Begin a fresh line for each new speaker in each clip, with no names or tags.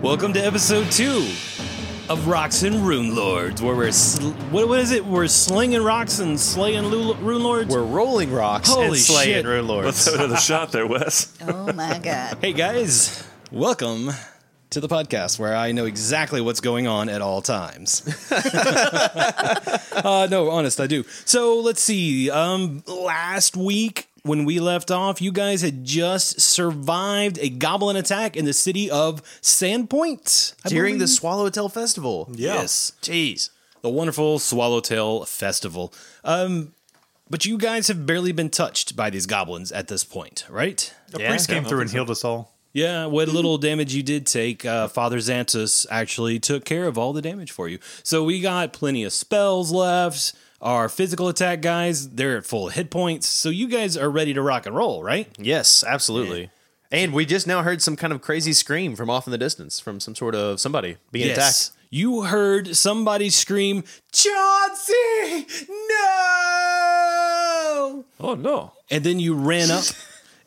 Welcome to episode two of Rocks and Rune Lords, where we're sl- what, what is it? We're slinging rocks and slaying lu- rune lords.
We're rolling rocks and
Holy
slaying
shit.
rune lords.
Let's have another shot there, Wes.
Oh my god.
hey guys, welcome to the podcast where I know exactly what's going on at all times. uh, no, honest, I do. So let's see. Um, last week when we left off, you guys had just survived a goblin attack in the city of Sandpoint I
During the
believe.
Swallowtail Festival.
Yes.
Jeez.
the wonderful Swallowtail Festival. Um, but you guys have barely been touched by these goblins at this point, right? Hmm.
A priest came through and healed us all.
Yeah, what little damage you did take, uh, Father Xantus actually took care of all the damage for you. So we got plenty of spells left. Our physical attack guys, they're at full hit points. So you guys are ready to rock and roll, right?
Yes, absolutely. And we just now heard some kind of crazy scream from off in the distance from some sort of somebody being attacked.
You heard somebody scream, Chauncey, no!
Oh no!
And then you ran up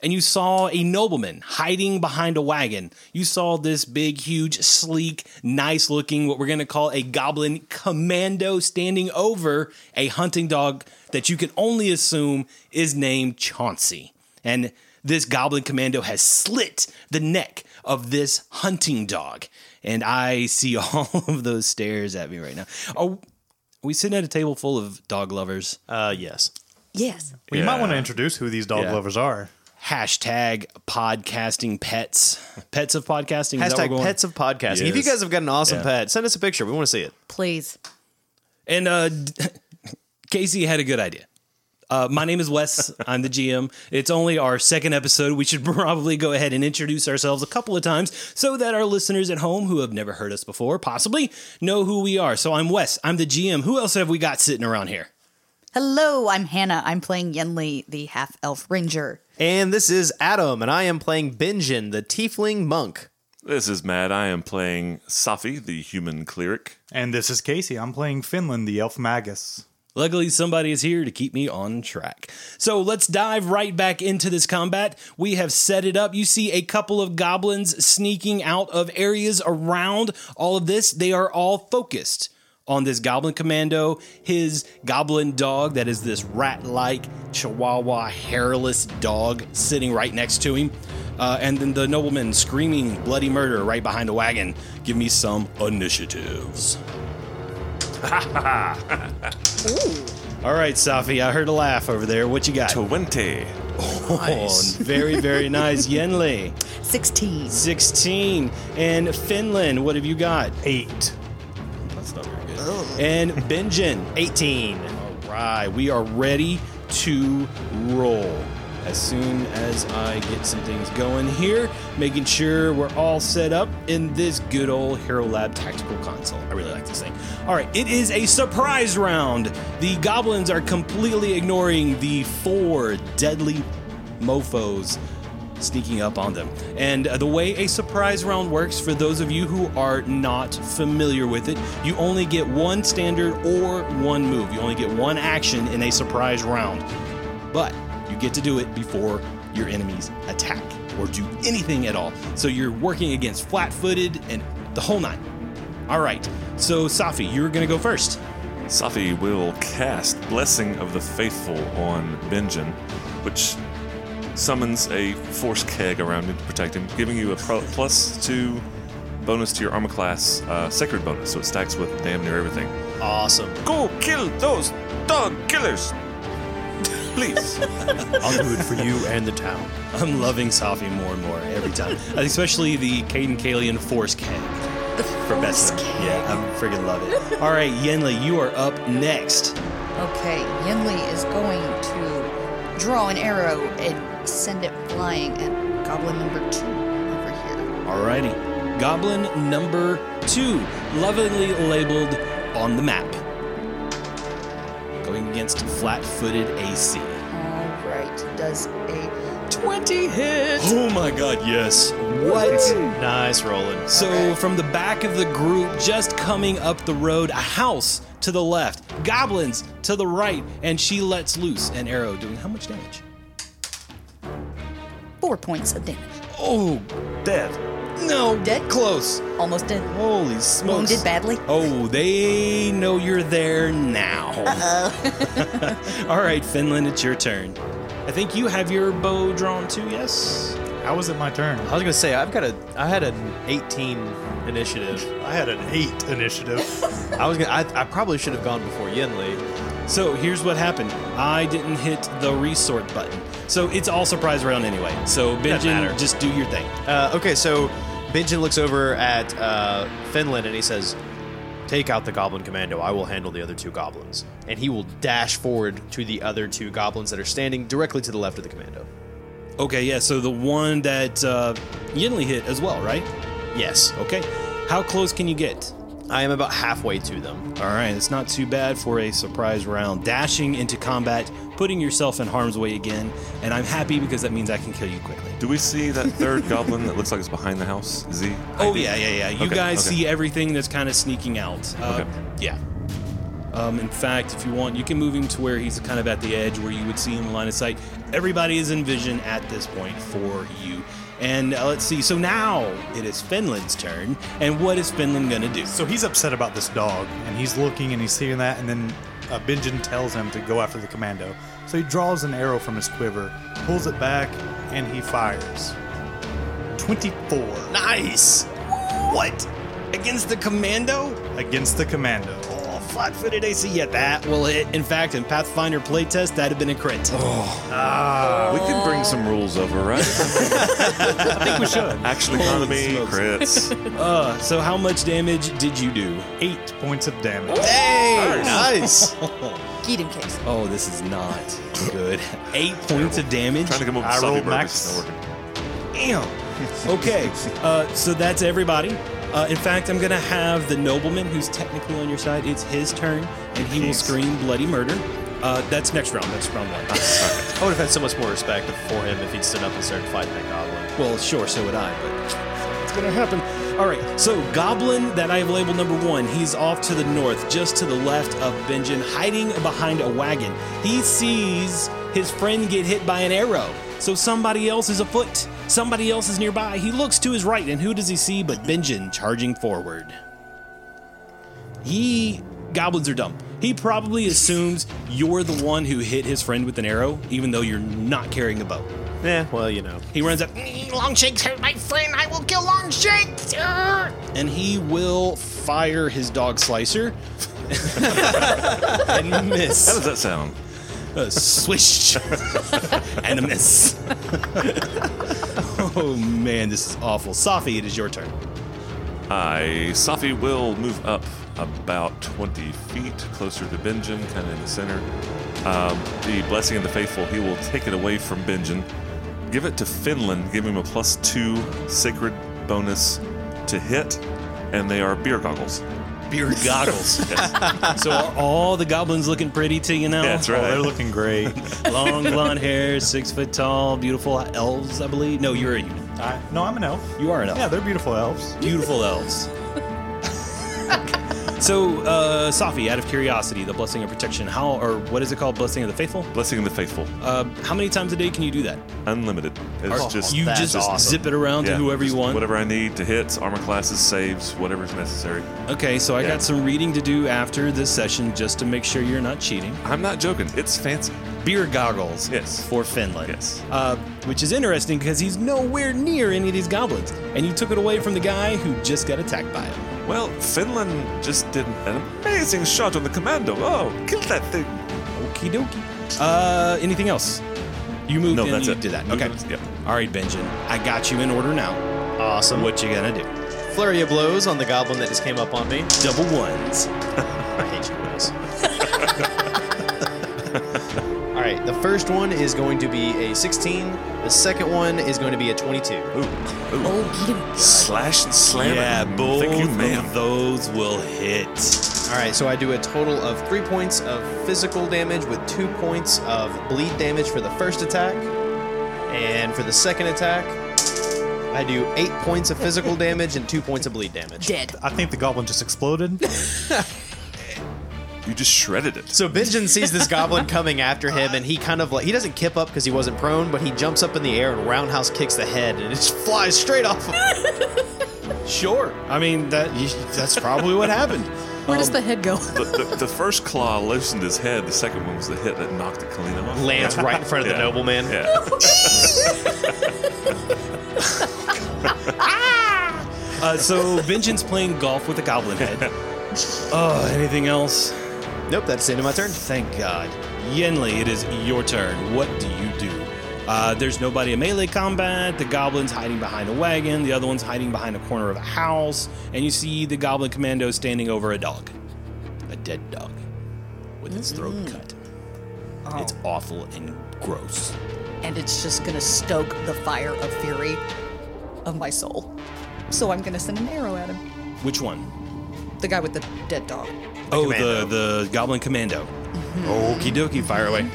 and you saw a nobleman hiding behind a wagon. You saw this big, huge, sleek, nice looking, what we're going to call a goblin commando standing over a hunting dog that you can only assume is named Chauncey. And this goblin commando has slit the neck of this hunting dog. And I see all of those stares at me right now. Are, are we sitting at a table full of dog lovers?
Uh, yes.
Yes.
Well, you might want to introduce who these dog
Yeah.
lovers are.
hashtag podcasting pets pets of podcasting Is that where we're
Hashtag
going?
pets of podcasting. If you
Yes.
guys have got an awesome pet, send us a picture. We want to see it.
Please.
and uh casey had a good idea uh, my name is Wes. I'm the GM. It's only our second episode. We should probably go ahead and introduce ourselves a couple of times so that our listeners at home who have never heard us before possibly know who we are. So I'm Wes. I'm the GM. Who else have we got sitting around here?
Hello, I'm Hannah. I'm playing Yenli, the half elf ranger.
And this is Adam, and I am playing Benjin, the tiefling monk.
This is Matt. I am playing Safi, the human cleric.
And this is Casey. I'm playing Finland, the elf magus.
Luckily, somebody is here to keep me on track. So let's dive right back into this combat. We have set it up. You see a couple of goblins sneaking out of areas around all of this. They are all focused on this goblin commando, his goblin dog, that is this rat like chihuahua hairless dog sitting right next to him. Uh, and then the nobleman screaming bloody murder right behind the wagon. Give me some initiatives. All right, Safi, I heard a laugh over there. What you got?
Twenty.
Oh, very, very nice. Yenli,
16.
16. And Finland, what have you got?
Eight.
That's not very good. And Benjin,
18.
All right, we are ready to roll. As soon as I get some things going here, making sure we're all set up in this good old Hero Lab tactical console. I really like this thing. All right, it is a surprise round. The goblins are completely ignoring the four deadly mofos sneaking up on them. And uh, the way a surprise round works, for those of you who are not familiar with it, you only get one standard or one move. You only get one action in a surprise round. But you get to do it before your enemies attack or do anything at all. So you're working against flat footed and the whole nine. All right. So, Safi, you're going to go first.
Safi will cast Blessing of the Faithful on Benjin, which summons a force keg around him to protect him, giving you a pro- plus two bonus to your armor class uh, sacred bonus, so it stacks with damn near everything.
Awesome.
Go kill those dog killers, please.
I'll do it for you and the town.
I'm loving Safi more and more every time, especially the Caden Kalian Force Keg. For best known. Yeah, I freaking love it. All right, Yenli, you are up next.
Okay, Yenli is going to draw an arrow and send it flying at goblin number two over here.
Alrighty. Goblin number two, lovingly labeled on the map. Going against flat footed AC.
All right, does a 20 hit.
Oh my god, yes. What?
Nice rolling.
So, from the back of the group, just coming up the road, a house to the left, goblins to the right, and she lets loose an arrow doing how much damage?
Four points of damage.
Oh,
Dead.
No,
Dead?
close.
Almost dead.
Holy smokes!
Wounded badly?
Oh, they know you're there now. All right, Finland, it's your turn. I think you have your bow drawn too. Yes.
How is it my turn?
I was gonna say I've got a I had an 18 initiative.
I had an eight initiative.
I was gonna I, I probably should have gone before Yinli.
So here's what happened. I didn't hit the resort button. So it's all surprise round anyway. So
matter.
Benjamin, just do your thing.
Uh, okay, so Benjin looks over at uh, Finland and he says, "Take out the goblin commando. I will handle the other two goblins." And he will dash forward to the other two goblins that are standing directly to the left of the commando.
Okay, yeah. So the one that uh, Yinli hit as well, right?
Yes,
Okay. How close can you get?
I am about halfway to them.
All right, it's not too bad for a surprise round. Dashing into combat, putting yourself in harm's way again, and I'm happy because that means I can kill you quickly.
Do we see that third goblin that looks like it's behind the house? Is he?
Oh
hiding?
yeah, yeah, yeah. You
Okay,
guys
okay.
see everything that's kind of sneaking out. Uh,
Okay.
Yeah. Um, in fact, if you want, you can move him to where he's kind of at the edge, where you would see him in line of sight. Everybody is in vision at this point for you. And uh, let's see. So now it is Finland's turn, and what is Finland gonna do?
so he's upset about this dog, and he's looking and he's seeing that, and then uh, Benjin tells him to go after the commando. So he draws an arrow from his quiver, pulls it back, and he fires. 24
Nice. What? Against the commando?
against the commando.
Oh, flat footed AC. Yeah, that will hit. In fact, in Pathfinder playtest, that'd have been a crit.
We could bring some rules over, right? I think we should. Action economy,
smokes.
crits.
Uh, so, how much damage did you do?
Eight points of damage.
Hey, nice.
Eat him, case.
Oh, this is not good. Eight points of damage.
Trying to come up with
I
sloppy
rolled
burgers.
max.
It's not working.
Damn. Okay. Uh, so that's everybody. Uh, in fact, I'm gonna have the nobleman, who's technically on your side, it's his turn, and he will scream bloody murder. Uh, that's next round. That's round one.
I would have had so much more respect for him if he'd stood up and started fighting that goblin.
Well, sure, so would I, but it's gonna happen. All right, so Goblin that I have labeled number one, he's off to the north, just to the left of Benjin, hiding behind a wagon. He sees his friend get hit by an arrow, so somebody else is afoot. Somebody else is nearby. He looks to his right, and who does he see but Benjin charging forward? He. Goblins are dumb. He probably assumes you're the one who hit his friend with an arrow, even though you're not carrying a bow.
Yeah, Eh, well, you know.
He runs up. "Mm, Longshanks hurt my friend. I will kill Uh, Longshanks. Arr!" And he will fire his dog slicer. and
How
miss.
does that sound?
A swish. and a miss. oh man, this is awful. Safi, it is your turn.
I Safi will move up about 20 feet closer to Benjin, kind of in the center. Um, the blessing of the faithful, he will take it away from Benjin, give it to Finland, give him a plus two sacred bonus to hit, and they are beer goggles.
Beard goggles. so are all the goblins looking pretty to you now?
That's right.
Oh, They're looking great.
Long blonde hair, six foot tall, beautiful elves, I believe. No, you're a human.
I, no, I'm an elf.
You are an elf.
Yeah, they're beautiful elves.
beautiful elves. so, uh, Safi, out of curiosity, the blessing of protection, how or what is it called? Blessing of the faithful.
blessing of the faithful,
Uh, how many times a day can you do that?
unlimited. It's just
you
that's
just
awesome.
zip it around
yeah,
to whoever you
just
want.
Whatever I need to hits, armor classes, saves, whatever's necessary.
Okay, so I
Yeah.
got some reading to do after this session just to make sure you're not cheating.
I'm not joking. It's fancy.
Beer goggles.
Yes.
For Finland.
Yes.
Uh, which is interesting because he's nowhere near any of these goblins, and you took it away from the guy who just got attacked by it.
Well, Finland just did an amazing shot on the commando. Oh, kill that thing.
Okie dokie. Uh, anything else? You moved
No,
in.
that's
you
it.
Did that.
Moved
Okay.
in, yep.
All right, Benjamin. I got you in order now.
Awesome.
What you gonna do?
Flurry of blows on the goblin that just came up on me.
Double ones.
I hate you guys. All right, the first one is going to be a 16. The second one is going to be a 22.
Ooh, ooh.
Oh, get him.
Slash and slam
Yeah,
it.
both
Thank you,
of
ma'am.
those will hit.
All right, so I do a total of three points of physical damage with two points of bleed damage for the first attack. And for the second attack, I do eight points of physical damage and two points of bleed damage.
Dead.
I think the goblin just exploded.
You just shredded it.
So Benjin sees this goblin coming after him, and he kind of like he doesn't kip up because he wasn't prone, but he jumps up in the air and roundhouse kicks the head, and it just flies straight off. Him.
Sure. I mean that you, that's probably what happened.
Where does the head go?
The, the, the first claw loosened his head. The second one was the hit that knocked it clean off.
Lands right in front of the
Yeah.
nobleman.
Yeah.
Uh, so Vengeance playing golf with a goblin head. Oh, anything else?
Nope, that's the end of my turn.
Thank God. Yenli, it is your turn. What do you do? Uh, there's nobody in melee combat. The goblin's hiding behind a wagon. The other one's hiding behind a corner of a house. And you see the goblin commando standing over a dog. A dead dog. With its throat cut. It's awful and gross.
and it's just gonna stoke the fire of fury of my soul.
So I'm gonna send an arrow at him.
Which one?
The guy with the dead dog.
oh, the
commando.
the goblin commando. Okie dokie, fire away.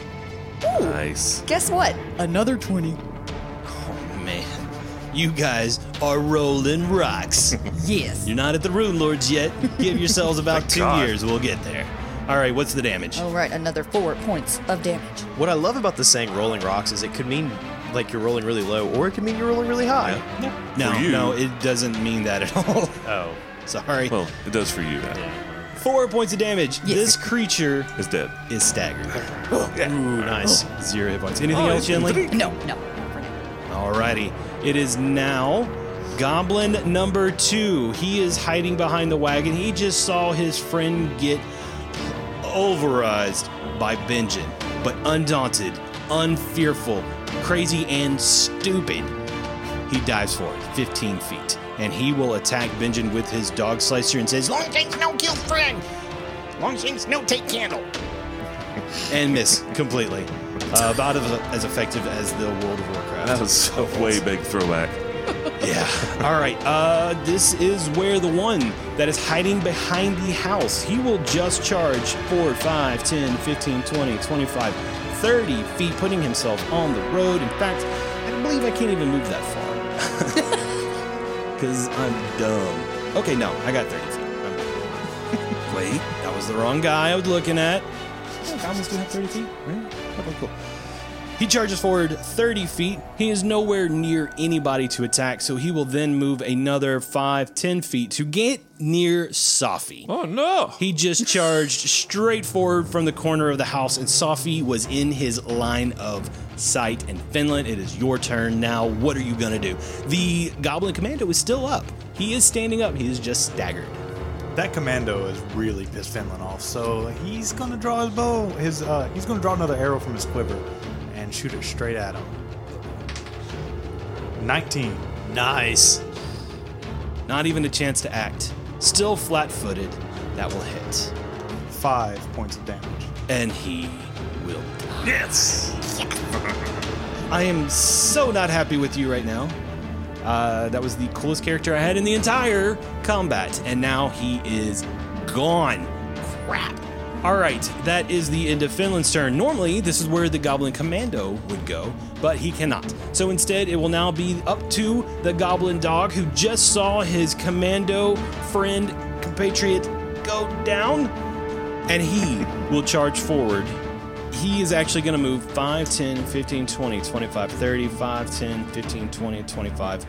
Nice.
Guess what?
Another 20.
Oh, Man, you guys are rolling rocks.
Yes.
You're not at the Rune Lords yet. Give yourselves about two
God.
years. We'll get there. All right, what's the damage?
All right, another four points of damage.
What I love about the saying "rolling rocks" is it could mean like you're rolling really low, or it could mean you're rolling really high.
no,
For you.
no, it doesn't mean that at all.
Oh,
Sorry.
Well, it does for you.
Four points of damage. This creature
It's dead.
is staggered. Ooh, nice. Zero hit points. Anything
Oh,
else,
it's
Yenli?
No, no. not for now.
Alrighty. It is now Goblin number two. He is hiding behind the wagon. He just saw his friend get overized by Benjin, but undaunted, unfearful, crazy, and stupid. He dives for it, 15 feet, and he will attack Benjin with his dog slicer and says, Long Shanks, no kill friend! Long Shanks, no take candle! and miss completely. Uh, about as, as effective as the World of Warcraft.
That was a way big throwback.
Yeah. All right. Uh, this is where the one that is hiding behind the house, he will just charge 4, 5, 10, 15, 20, 25, 30 feet, putting himself on the road. In fact, I believe I can't even move that far. Because I'm dumb. Okay, no, I got 30 feet. I'm good. Wait, that was the wrong guy I was looking at. Oh, goblins do have 30 feet? Really? Okay, cool. He charges forward 30 feet. He is nowhere near anybody to attack, so he will then move another 5, 10 feet to get near Safi.
Oh no!
He just charged straight forward from the corner of the house, and Safi was in his line of sight. And Finland, it is your turn now. What are you going to do? The Goblin Commando is still up. He is standing up, he is just staggered.
That commando is really pissed Finland off, so he's gonna draw his bow. His uh, he's gonna draw another arrow from his quiver and shoot it straight at him. Nineteen.
nice.
Not even a chance to act. Still flat footed. That will hit.
Five points of damage.
And he will die.
Yes.
I am so not happy with you right now. Uh, that was the coolest character I had in the entire combat, and now he is gone. Crap. All right, that is the end of Finland's turn. Normally, this is where the Goblin Commando would go, but he cannot. So instead, it will now be up to the Goblin Dog, who just saw his commando friend, compatriot, go down, and he will charge forward he is actually going to move 5, 10, 15, 20, 25, 30, 5, 10, 15, 20, 25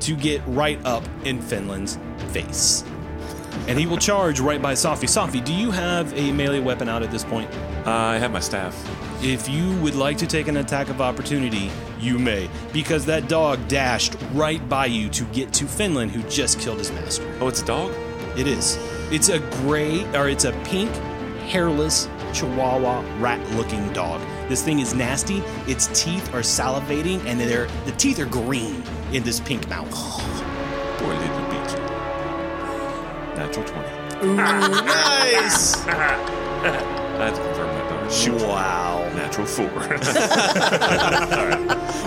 to get right up in Finland's face. And he will charge right by Safi. Safi, do you have a melee weapon out at this point?
I have my staff.
If you would like to take an attack of opportunity, you may, because that dog dashed right by you to get to Finland, who just killed his master.
Oh, it's a dog.
It is. It's a gray, or it's a pink, hairless Chihuahua rat-looking dog. This thing is nasty. Its teeth are salivating, and they're the teeth are green in this pink mouth.
Boy, little beach. Natural twenty.
Nice.
I had to confirm that number. Shoot.
wow.
Natural four.
Well,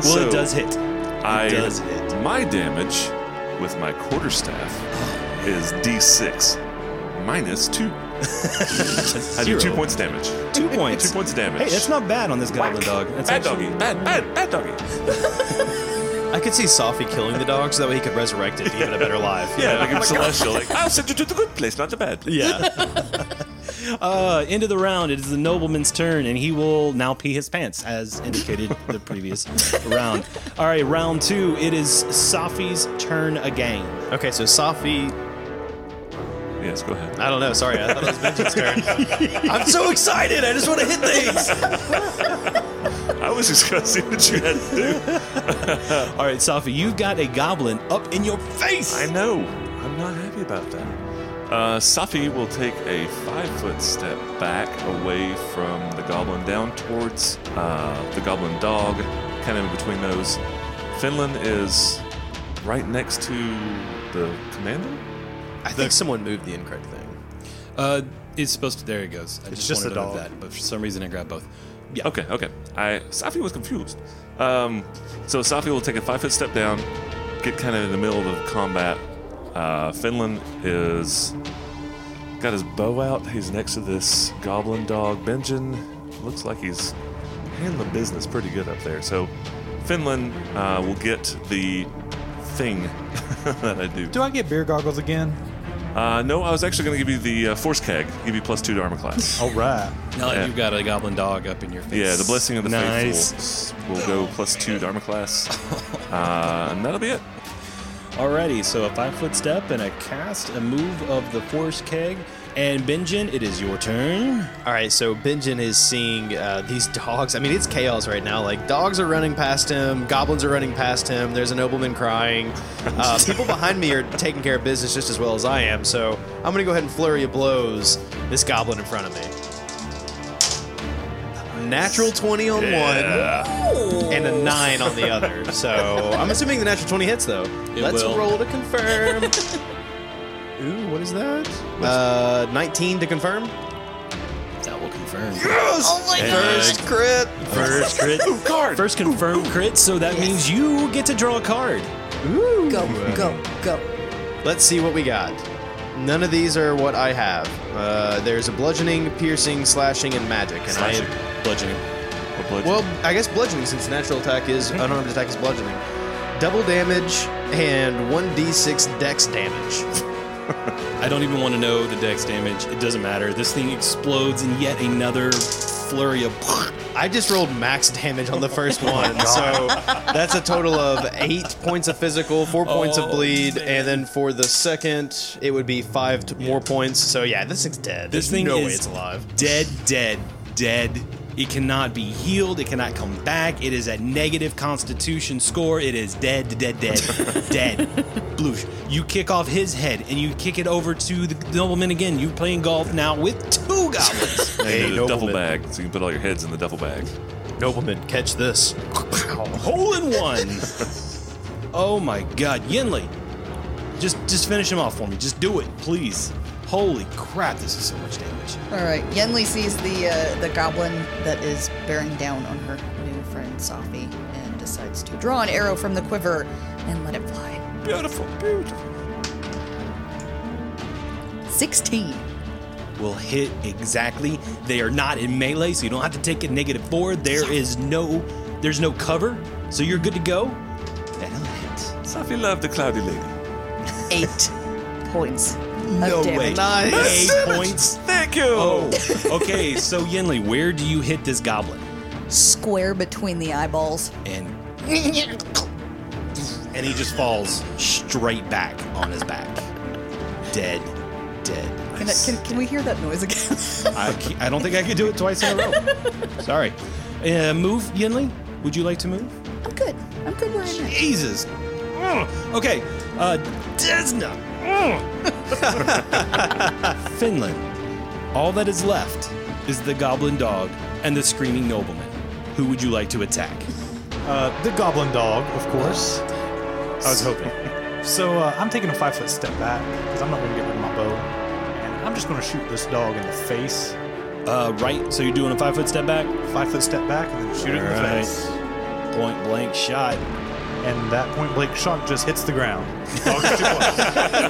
So-
it does hit.
I
does hit.
my damage with my quarterstaff is d6 minus two. I do two
Zero.
points of damage.
Two points.
Two points of damage.
Hey, that's not bad on this goblin dog. That's
bad
actually- mm.
doggy. Bad bad bad doggy.
I could see Safi killing the dog so that way he could resurrect it to give it a better life. you
Oh
Yeah,
know?
like in Celestial. Like I'll send you to the good place, not the bad.
yeah.
Uh, end of the round. It is the nobleman's turn, and he will now pee his pants, as indicated the previous round. All right, round two. It is Safi's turn again.
Okay, so Safi.
Yes, go ahead.
I don't know. Sorry, I thought it was Benji's turn. I'm so excited. I just want to hit things.
I was just gonna see what you had to do.
All right, Safi, you've got a goblin up in your face.
I know. I'm not happy about that. Uh, Safi will take a five foot step back away from the goblin down towards uh, the goblin dog, kind of in between those. Finland is right next to the commander.
I think someone moved the incorrect thing.
Uh, it's supposed to. There it goes. I just
It's just
wanted
a
to move
dog.
that, but for some reason I grabbed both. Yeah.
Okay, okay. I Safi was confused. Um, so Safi will take a five foot step down, get kind of in the middle of combat. Uh, Finland is got his bow out. He's next to this goblin dog. Benjin looks like he's handling business pretty good up there. So Finland uh, will get the thing that I do.
Do I get beer goggles again?
Uh, no, I was actually going to give you the uh, force keg, give you plus two to armor class.
All right.
Now that
Yeah.
you've got a goblin dog up in your face.
Yeah, the blessing of the
nice.
faithful will go plus two to armor class, uh, and that'll be it.
Alrighty, so a five foot step and a cast, a move of the force keg. And Benjin, it is your turn.
All right, so Benjin is seeing uh, these dogs. I mean, it's chaos right now. Like dogs are running past him, goblins are running past him. There's a nobleman crying. Uh, people behind me are taking care of business just as well as I am. So I'm gonna go ahead and flurry of blows this goblin in front of me. Natural 20 on one, and a nine on the other. So I'm assuming the natural 20 hits though. Let's
will.
roll to confirm. Ooh, what is that? Uh, 19 to confirm.
That will confirm.
Oh my
First
crit.
First crit.
card.
First confirmed crit, so that means you get to draw a card.
Go, go, go.
Let's see what we got. None of these are what I have. Uh, there's a bludgeoning, piercing, slashing, and magic. And
Slashing.
Bludgeoning.
Or bludgeon.
I well, I guess bludgeoning since natural attack is
Hmm.
unarmed attack is bludgeoning. Double damage and one d6 dex damage.
I don't even want to know the dex damage. It doesn't matter. This thing explodes in yet another flurry of.
I just rolled max damage on the
Oh
first one, so that's a total of eight points of physical, four points of
Oh,
bleed,
man.
and then for the second, it would be five t- more points. So yeah, this thing's dead.
This
There's
thing
no way
is
it's alive.
Dead, dead, dead. It cannot be healed. It cannot come back. It is a negative constitution score. It is dead, dead, dead, dead. Bloosh. You kick off his head and you kick it over to the nobleman again. You're playing golf now with two goblins.
Now you
Hey,
need a
nobleman.
duffel bag, so you can put all your heads in the duffel bag.
Nobleman, catch this.
Hole in one. oh my god. Yinli, just, just finish him off for me. Just do it, please. Holy crap, this is so much damage.
All right. Yenli sees the uh, the goblin that is bearing down on her new friend Safi and decides to draw an arrow from the quiver and let it fly.
Beautiful, beautiful.
Sixteen.
will hit exactly. They are not in melee, so you don't have to take a negative four. There is no, there's no cover, so you're good to go. That'll hit.
Safi loved the cloudy lady.
Eight points.
No
of damage.
way.
Nice.
Eight points.
Thank you.
Oh, okay. So Yinli, where do you hit this goblin?
Square between the eyeballs.
And and he just falls straight back on his back, dead, dead.
Can, I, can, can we hear that noise again?
I, ca- I don't think I could do it twice in a row. Sorry. Uh, move, Yinli. Would you like to move?
I'm good. I'm good where I'm at.
Jesus. Ugh. Okay, uh, Desna. Ugh. Finland. All that is left is the goblin dog and the screaming nobleman. Who would you like to attack?
Uh, the goblin dog, of course. I was hoping. So uh, I'm taking a five foot step back because I'm not going to get rid of my bow, and I'm just going to shoot this dog in the face.
Uh, right. So you're doing a five foot step back,
Five foot step back and then shoot it in the
Alright.
face.
point blank shot.
And that point blank shot just hits the ground.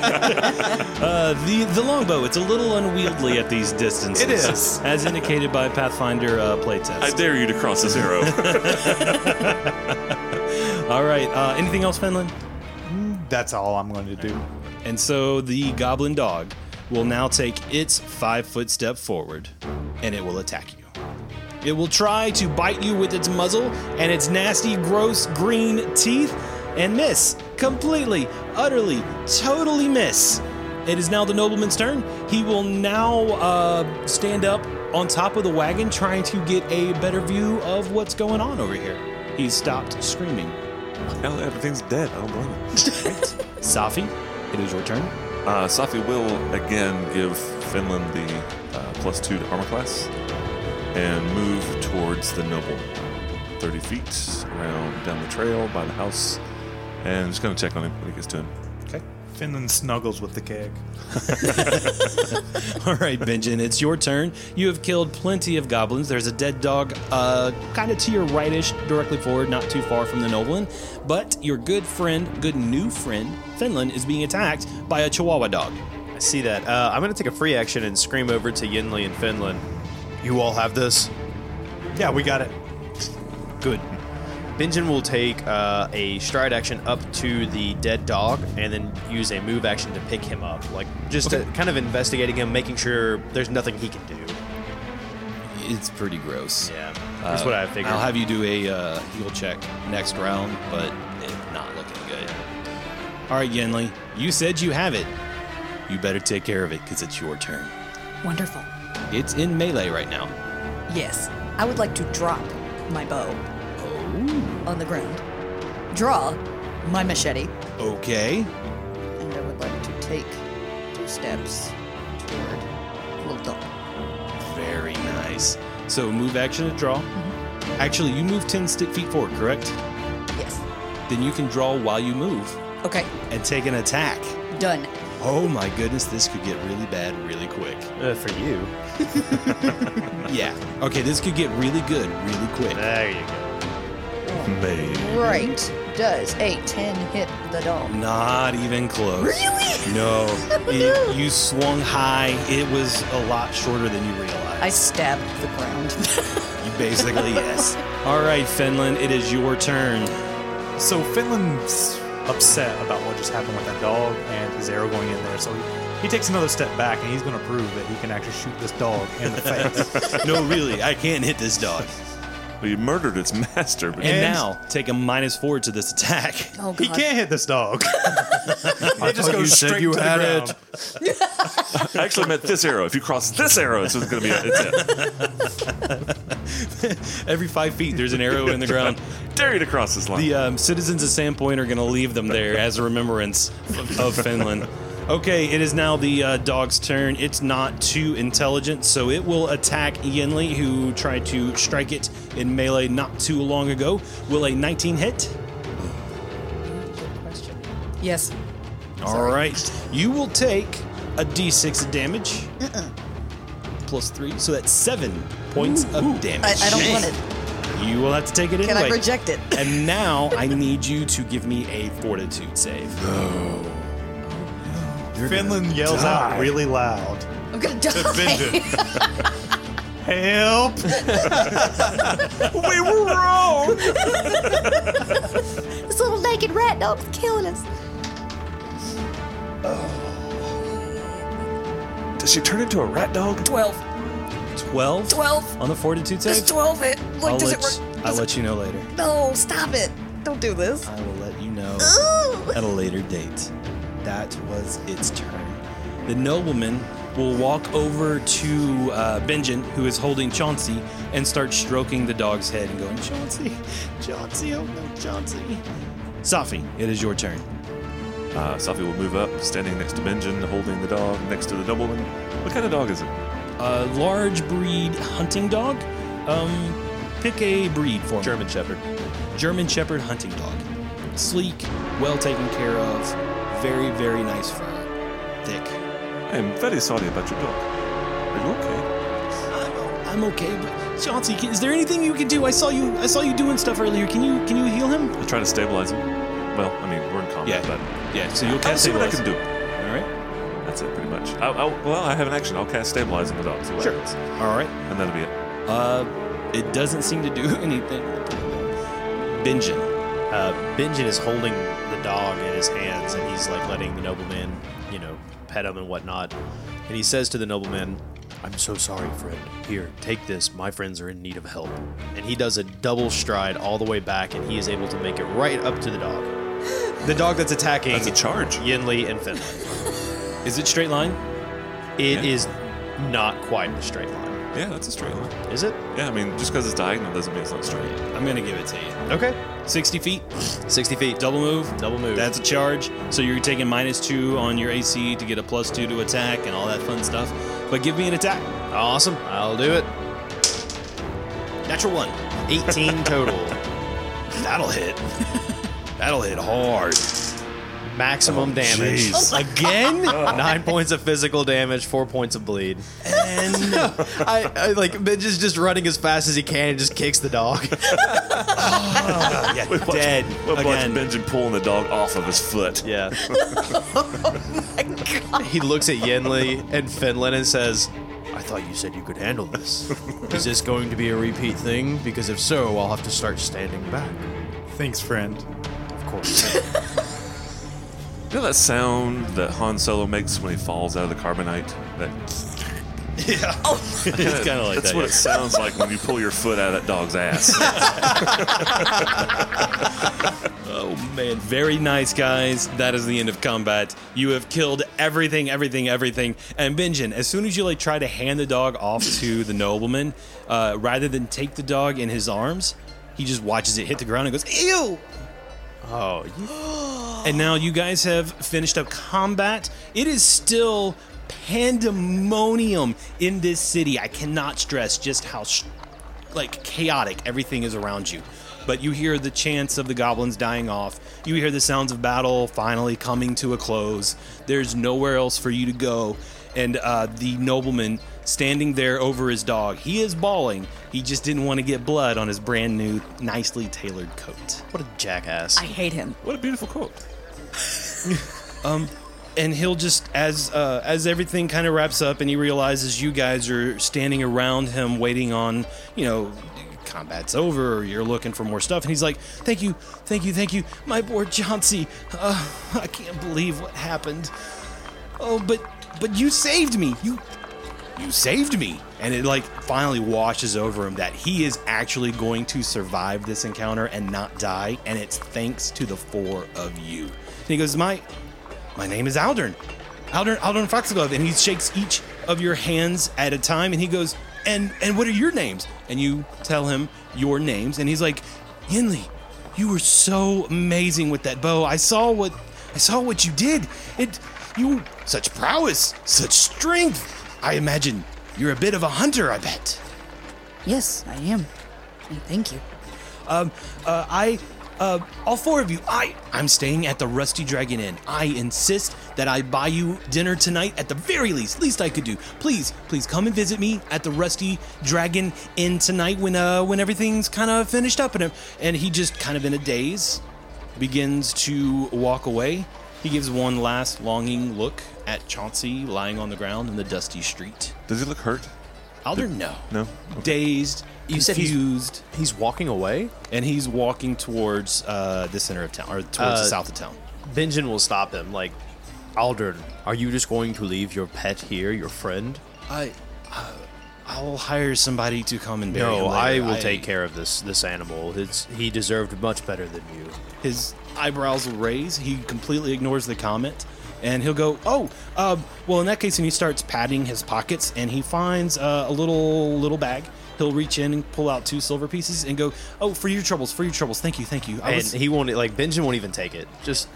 Uh, the the longbow. It's a little unwieldy at these distances.
It is.
as indicated by Pathfinder uh, playtest.
I dare you to cross this arrow.
All right. Uh, anything else, Finland?
That's all I'm going to do.
And so the goblin dog will now take its five foot step forward and it will attack you. It will try to bite you with its muzzle and its nasty, gross green teeth and miss. Completely, utterly, totally miss. It is now the nobleman's turn. He will now uh, stand up on top of the wagon, trying to get a better view of what's going on over here. He's stopped screaming.
Now that everything's dead. I don't blame him.
Safi, it is your turn.
Uh, Safi will again give Finland the uh, plus two to armor class and move towards the noble. 30 feet around down the trail by the house. And just going to check on him when he gets to him.
Okay.
Finland snuggles with the keg.
All right, Benjamin, it's your turn. You have killed plenty of goblins. There's a dead dog, uh, kind of to your rightish, directly forward, not too far from the Noblin. But your good friend, good new friend, Finland, is being attacked by a Chihuahua dog.
I see that. Uh, I'm going to take a free action and scream over to Yinli and Finland. You all have this.
Yeah, we got it.
Good. Benjin will take uh, a stride action up to the dead dog and then use a move action to pick him up. Like, just to, kind of investigating him, making sure there's nothing he can do.
It's pretty gross.
Yeah. That's what I figured.
Uh, I'll have you do a uh, heal check next round, but it's not looking good. All right, Yenli, you said you have it. You better take care of it because it's your turn.
Wonderful.
It's in melee right now.
Yes. I would like to drop my bow on the ground, draw my machete,
Okay.
And I would like to take two steps toward little dog.
Very nice. So move action to draw. Actually, you move 10 sti- feet forward, correct?
Yes.
Then you can draw while you move
Okay.
and take an attack.
Done.
Oh my goodness, this could get really bad really quick.
Uh, for you.
Yeah. Okay, this could get really good really quick.
There you go.
May.
Right. Does 8, 10 hit the dog?
Not even close. Really? No. It, you swung high. It was a lot shorter than you realized.
I stabbed the ground.
You basically, yes. All right, Finland, it is your turn.
So Finland's upset about what just happened with that dog and his arrow going in there. So he, he takes another step back and he's going to prove that he can actually shoot this dog in the face.
No, really, I can't hit this dog.
Well, you murdered its master, but
And, now, take a minus four to this attack.
Oh, God.
he can't hit this dog. it
thought you
just goes
said
straight
you
to the
had
ground.
it.
I actually meant this arrow. If you cross this arrow, it's going to be a, it's it.
Every five feet, there's an arrow in the ground.
Dare you to cross this line.
The um, citizens of Sandpoint are going to leave them there as a remembrance of Finland. Okay, it is now the uh, dog's turn. It's not too intelligent, so it will attack Yenli, who tried to strike it in melee not too long ago. Will a 19 hit?
Yes.
All right. You will take a d6 of damage. Plus three, so that's seven points of damage.
I, I don't want it.
You will have to take it
Can
anyway.
I reject it?
And now I need you to give me a fortitude save.
Finland yells out really loud.
I'm gonna die.
Benjamin. Help!
we were wrong.
this little naked rat dog's killing us.
Does she turn into a rat dog?
12.
12?
12.
On the fortitude save?
Does 12 hit? Like,
I'll,
does
let,
it work?
I'll
Does it-
let you know later.
No, stop it. Don't do this.
I will let you know
Ooh.
at a later date. That was its turn. The nobleman will walk over to uh, Benjamin, who is holding Chauncey, and start stroking the dog's head and going, Chauncey, Chauncey, oh no, Chauncey. Safi, it is your turn.
Uh, Safi will move up, standing next to Benjamin, holding the dog next to the nobleman. What kind of dog is it?
A large breed hunting dog. Um, pick a breed for me.
German Shepherd.
German Shepherd hunting dog. Sleek, well taken care of, very, very nice fur. Thick.
I am very sorry about your dog. Are you okay?
I'm, I'm okay, but Chauncey, can, is there anything you can do? I saw you I saw you doing stuff earlier. Can you can you heal him?
I try to stabilize him. Well, I mean, we're in combat, but
yeah. So you'll
I'll
cast
see what I can
stabilize.
do.
All right.
That's it, pretty much. I, I, well, I have an action. I'll cast stabilize on the dog. See what
Sure.
happens.
All right.
And that'll be it.
Uh, it doesn't seem to do anything. Benjin.
Uh, Benjin is holding the dog in his hands and he's like letting the nobleman, you know, pet him and whatnot. and he says to the nobleman, I'm so sorry, friend. Here, take this. My friends are in need of help. And he does a double stride all the way back, and he is able to make it right up to the dog. The dog that's attacking
That's a charge.
Yinli and Finley.
Is it straight line?
It
Yeah.
is not quite a straight line.
Yeah, that's a straight line.
Is it?
Yeah, I mean, just because it's diagonal doesn't mean it's not straight.
I'm gonna give it to you.
Okay.
60 feet,
60 feet.
double move.
Double move.
That's a charge. So you're taking minus two on your AC to get a plus two to attack and all that fun stuff. But give me an attack.
awesome. I'll do it.
Natural one.
18 total.
That'll hit. That'll hit hard.
Maximum damage.
Again?
Nine points of physical damage, four points of bleed. And I, I like Midge is just running as fast as he can and just kicks the dog. Oh,
yeah,
We watched-
dead.
We watched
Again.
Benjamin pulling the dog off of his foot.
Yeah. He looks at Yenli and Finland and says, I thought you said you could handle this. Is this going to be a repeat thing? Because if so, I'll have to start standing back.
Thanks, friend.
Of course.
You know that sound that Han Solo makes when he falls out of the carbonite? That
Oh.
It's kind of like
that's
that.
what
yeah.
it sounds like when you pull your foot out of that dog's ass.
Oh man, very nice guys. That is the end of combat. You have killed everything, everything, everything. And Benjin, as soon as you like try to hand the dog off to the nobleman, uh, rather than take the dog in his arms, he just watches it hit the ground and goes, "Ew!"
oh, you
And now you guys have finished up combat. It is still pandemonium in this city. I cannot stress just how sh- like chaotic everything is around you. But you hear the chants of the goblins dying off. You hear the sounds of battle finally coming to a close. There's nowhere else for you to go. And uh, the nobleman standing there over his dog, he is bawling. He just didn't want to get blood on his brand new, nicely tailored coat.
what a jackass.
I hate him.
what a beautiful quote.
and he'll just as uh, as everything kind of wraps up and he realizes you guys are standing around him waiting on you know combat's over or you're looking for more stuff and he's like thank you thank you thank you my poor Chauncey uh, I can't believe what happened oh but but you saved me you you saved me and it like finally washes over him that he is actually going to survive this encounter and not die and it's thanks to the four of you and he goes my my name is Aldern. Aldern Aldern Foxglove. And he shakes each of your hands at a time and he goes, And and what are your names? And you tell him your names, and he's like, Yinli, you were so amazing with that bow. I saw what I saw what you did. It you such prowess, such strength. I imagine you're a bit of a hunter, I bet.
Yes, I am. And thank you.
uh, I, uh, all four of you, I, I'm staying at the Rusty Dragon Inn. I insist that I buy you dinner tonight at the very least, least I could do. Please, please come and visit me at the Rusty Dragon Inn tonight when, uh, when everything's kind of finished up. And, and he just kind of in a daze begins to walk away. He gives one last longing look at Chauncey lying on the ground in the dusty street.
Does he look hurt?
Alder, no.
No?
Dazed,
You said he's-
confused
He's walking away?
and he's walking towards uh, the center of town or towards
Uh,
the south of town.
Benjin will stop him. Like, Aldrin, are you just going to leave your pet here, your friend?
I, uh, I'll hire somebody to come and bury him.
No, I
later.
will take care of this this animal. It's he deserved much better than you.
His eyebrows will raise. He completely ignores the comment, and he'll go, "Oh, uh, well." In that case, and he starts patting his pockets, and he finds uh, a little little bag. He'll reach in and pull out two silver pieces and go, "Oh, for your troubles, for your troubles. Thank you, thank you." I
And
was-
he won't like Benjin won't even take it. Just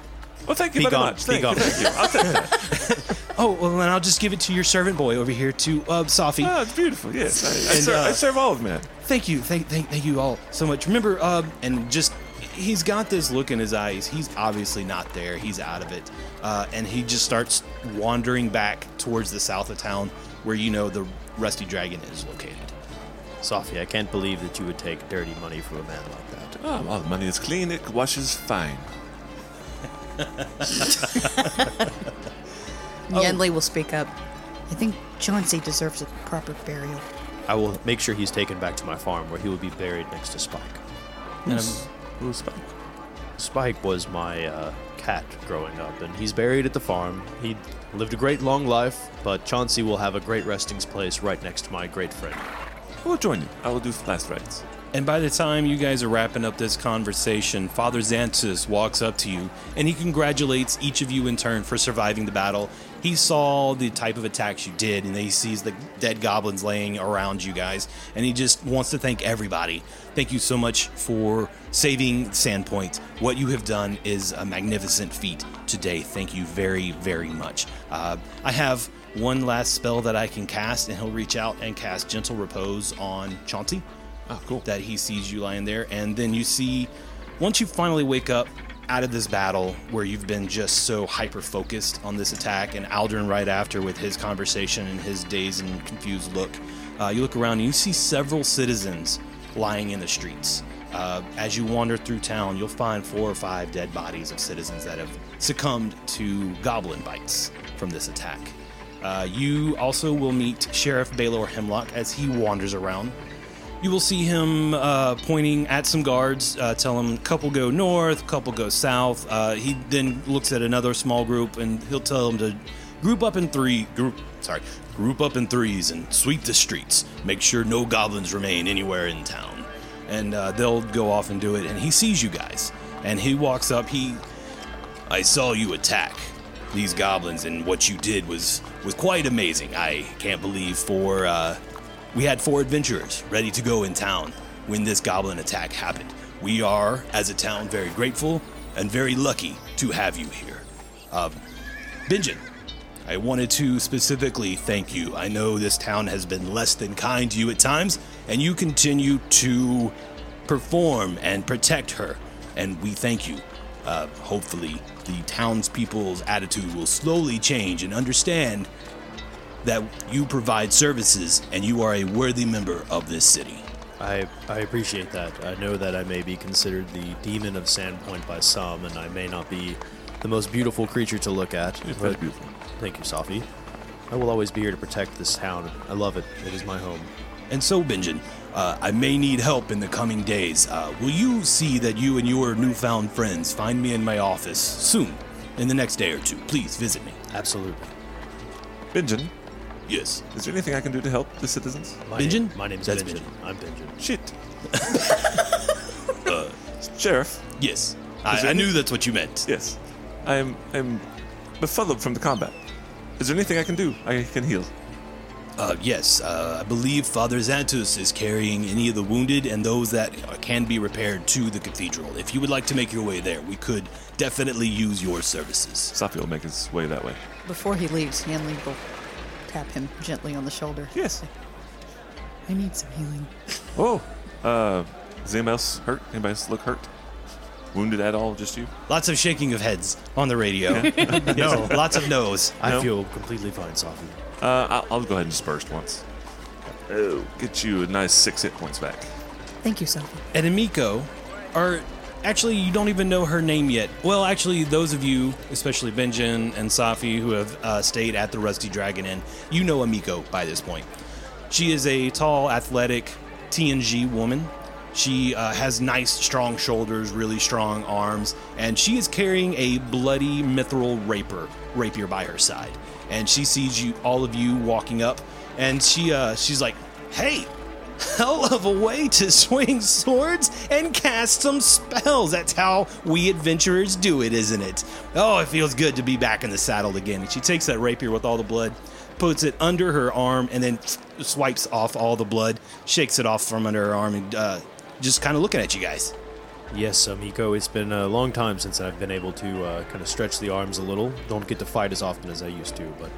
Well, thank you
Be
very
gone.
much.
Be
Thank
gone.
you. Thank you. Ah, I'll take that.
oh, well, then I'll just give it to your servant boy over here to uh, Safi.
Oh, it's beautiful. Yes, I, I,
And,
serve, I
uh,
serve all of men.
thank you thank, thank thank you all so much remember uh and just he's got this look in his eyes he's obviously not there he's out of it uh, and he just starts wandering back towards the south of town where you know the rusty dragon is located
Sophie, I can't believe that you would take dirty money from a man like that.
Oh, well, the money is clean. It washes fine.
Yenli will speak up. I think Chauncey deserves a proper burial.
I will make sure he's taken back to my farm where he will be buried next to Spike.
and
Who's Spike?
Spike was my uh, cat growing up, and he's buried at the farm. He lived a great long life, but Chauncey will have a great resting place right next to my great friend.
I will join you. I will do last rites.
And by the time you guys are wrapping up this conversation, Father Xantus walks up to you and he congratulates each of you in turn for surviving the battle. He saw the type of attacks you did, and then he sees the dead goblins laying around you guys, and he just wants to thank everybody. Thank you so much for saving Sandpoint. What you have done is a magnificent feat today. Thank you very, very much. Uh, I have one last spell that I can cast, and he'll reach out and cast Gentle Repose on Chauncey
Oh, cool.
that he sees you lying there. And then you see, once you finally wake up out of this battle where you've been just so hyper focused on this attack, and Aldrin right after with his conversation and his dazed and confused look, uh, you look around and you see several citizens lying in the streets. Uh, as you wander through town, you'll find four or five dead bodies of citizens that have succumbed to goblin bites from this attack. Uh, you also will meet Sheriff Baylor Hemlock as he wanders around. You will see him uh, pointing at some guards, uh, tell him couple go north, couple go south. Uh, he then looks at another small group and he'll tell them to group up in three group. Sorry, group up in threes and sweep the streets. Make sure no goblins remain anywhere in town, and uh, they'll go off and do it. And he sees you guys, and he walks up. He I saw you attack these goblins, and what you did was was quite amazing. I can't believe for uh, we had four adventurers ready to go in town when this goblin attack happened. We are, as a town, very grateful and very lucky to have you here. Um, Benjin, I wanted to specifically thank you. I know this town has been less than kind to you at times, and you continue to perform and protect her, and we thank you. Uh, hopefully, the townspeople's attitude will slowly change and understand that you provide services and you are a worthy member of this city.
I, I appreciate that. I know that I may be considered the demon of Sandpoint by some, and I may not be the most beautiful creature to look at.
It's
but-
very beautiful.
Thank you, Safi. I will always be here to protect this town. I love it. It is my home.
And so, Benjin, uh, I may need help in the coming days. Uh, will you see that you and your newfound friends find me in my office soon, in the next day or two? Please visit me.
Absolutely.
Benjin,
Yes.
is there anything I can do to help the citizens?
My
Benjen?
Name, my name's
That's
Benjen. I'm Benjen.
Shit. Uh, Sheriff,
Yes.
Is
I,
there
I knew
any-
that's what you meant.
yes. I am I am befuddled from the combat. Is there anything I can do? I can heal.
Uh, yes, uh, I believe Father Xantus is carrying any of the wounded and those that uh, can be repaired to the cathedral. If you would like to make your way there, we could definitely use your services.
Safi will make his way that way.
Before he leaves, Hanley will tap him gently on the shoulder.
Yes.
I need some healing.
Oh. Uh is anybody else hurt? Anybody else look hurt? Wounded at all? Just you?
Lots of shaking of heads on the radio. no, lots of no's.
I
No.
feel completely fine, Safi.
Uh, I'll, I'll go ahead and disperse once. Oh. Get you a nice six hit points back.
Thank you, Sophie.
and Amiko are actually you don't even know her name yet. Well, actually, those of you, especially Benjin and Safi, who have uh, stayed at the Rusty Dragon Inn, you know Amiko by this point. She is a tall, athletic TNG woman. She uh, has nice, strong shoulders, really strong arms, and she is carrying a bloody mithril rapier, rapier by her side. And she sees you, all of you, walking up, and she uh, she's like, "Hey, hell of a way to swing swords and cast some spells. That's how we adventurers do it, isn't it? Oh, it feels good to be back in the saddle again. And she takes that rapier with all the blood, puts it under her arm, and then swipes off all the blood, shakes it off from under her arm, and uh, just kind of looking at you guys.
Yes, Amiko, it's been a long time since I've been able to uh, kind of stretch the arms a little. Don't get to fight as often as I used to, but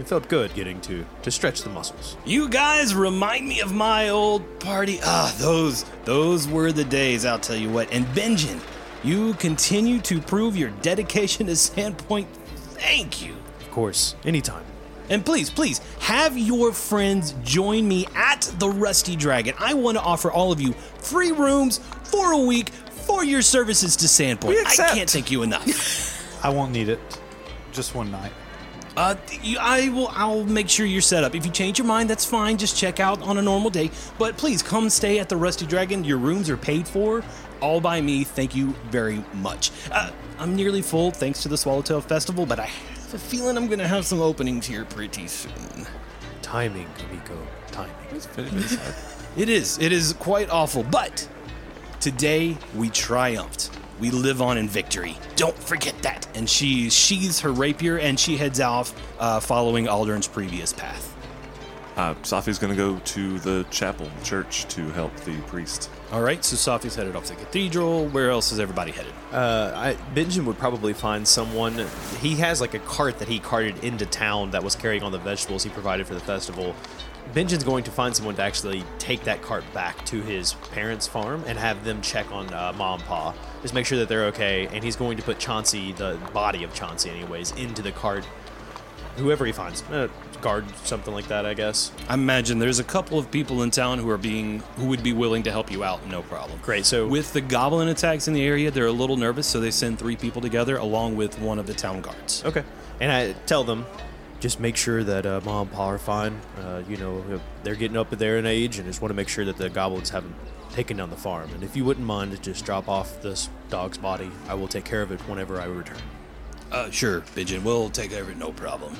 it felt good getting to, to stretch the muscles.
You guys remind me of my old party. Ah, those those were the days, I'll tell you what. And Benjin, you continue to prove your dedication to Sandpoint. Thank you.
Of course, anytime.
And please, please have your friends join me at the Rusty Dragon. I want to offer all of you free rooms for a week for your services to Sandpoint. I
accept.
can't thank you enough.
I won't need it. Just one night.
uh, you, I will. I'll make sure you're set up. If you change your mind, that's fine. Just check out on a normal day. But please come stay at the Rusty Dragon. Your rooms are paid for. all by me. Thank you very much. Uh, I'm nearly full thanks to the Swallowtail Festival, but I have a feeling I'm going to have some openings here pretty soon.
Timing, Kamiko. Timing.
It is. It is quite awful. But today we triumphed. We live on in victory. Don't forget that. And she sheathes her rapier and she heads off, uh, following Aldern's previous path.
Uh, Safi's going to go to the chapel, church, to help the priest.
All right. So Safi's headed off to the cathedral. Where else is everybody headed?
Uh, I, Benjamin would probably find someone. He has like a cart that he carted into town that was carrying all the vegetables he provided for the festival. Benjamin's going to find someone to actually take that cart back to his parents' farm and have them check on uh, mom and pa, just make sure that they're okay. And he's going to put Chauncey, the body of Chauncey, anyways, into the cart. Whoever he finds, uh, guard something like that, I guess.
I imagine there's a couple of people in town who are being who would be willing to help you out, no problem.
Great, so-
with the goblin attacks in the area, they're a little nervous, so they send three people together along with one of the town guards.
Okay. And I tell them, just make sure that uh, mom and pa are fine. Uh, you know, they're getting up there in age, and just want to make sure that the goblins haven't taken down the farm. And if you wouldn't mind, just drop off this dog's body. I will take care of it whenever I return.
Uh, sure, Pigeon. We'll take over, no problem.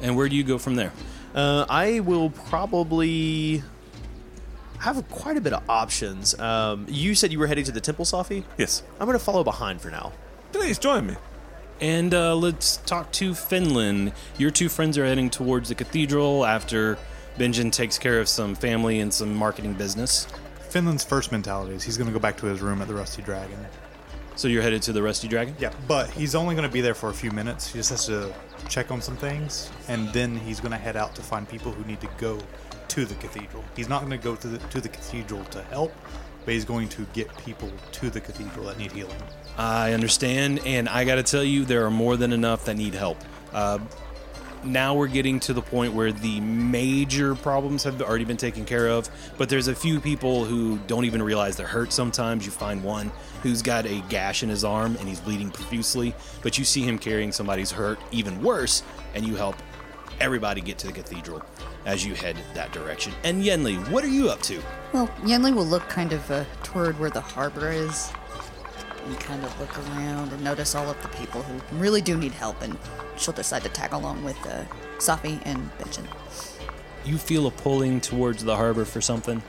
And where do you go from there?
Uh, I will probably have quite a bit of options. Um, you said you were heading to the temple, Safi?
Yes.
I'm going to follow behind for now.
Please join me.
And uh, let's talk to Finland. Your two friends are heading towards the cathedral after Benjamin takes care of some family and some marketing business.
Finland's first mentality is he's going to go back to his room at the Rusty Dragon.
So you're headed to the Rusty Dragon?
Yeah, but he's only going to be there for a few minutes. He just has to check on some things, and then he's going to head out to find people who need to go to the cathedral. He's not going to go to the, to the cathedral to help, but he's going to get people to the cathedral that need healing.
I understand, and I gotta tell you, there are more than enough that need help. Uh, now we're getting to the point where the major problems have already been taken care of, but there's a few people who don't even realize they're hurt sometimes. You find one who's got a gash in his arm and he's bleeding profusely, but you see him carrying somebody's hurt even worse, and you help everybody get to the cathedral as you head that direction. And Yenli, what are you up to?
Well, Yenli will look kind of uh, toward where the harbor is. We kind of look around and notice all of the people who really do need help, and she'll decide to tag along with uh, Safi and Benjamin.
You feel a pulling towards the harbor for something?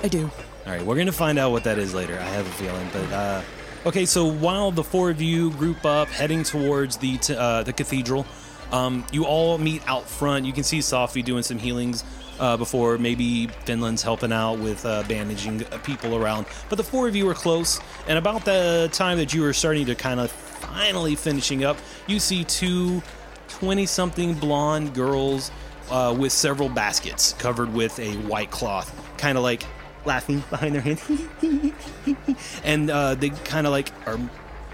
I do.
All right, we're gonna find out what that is later. I have a feeling, but uh, okay. So while the four of you group up, heading towards the t- uh, the cathedral, um, you all meet out front. You can see Sophie doing some healings uh, before maybe Finland's helping out with uh, bandaging uh, people around. But the four of you are close, and about the time that you were starting to kind of finally finishing up, you see two 20 something blonde girls uh, with several baskets covered with a white cloth, kind of like laughing behind their hand. and uh, they kind of like are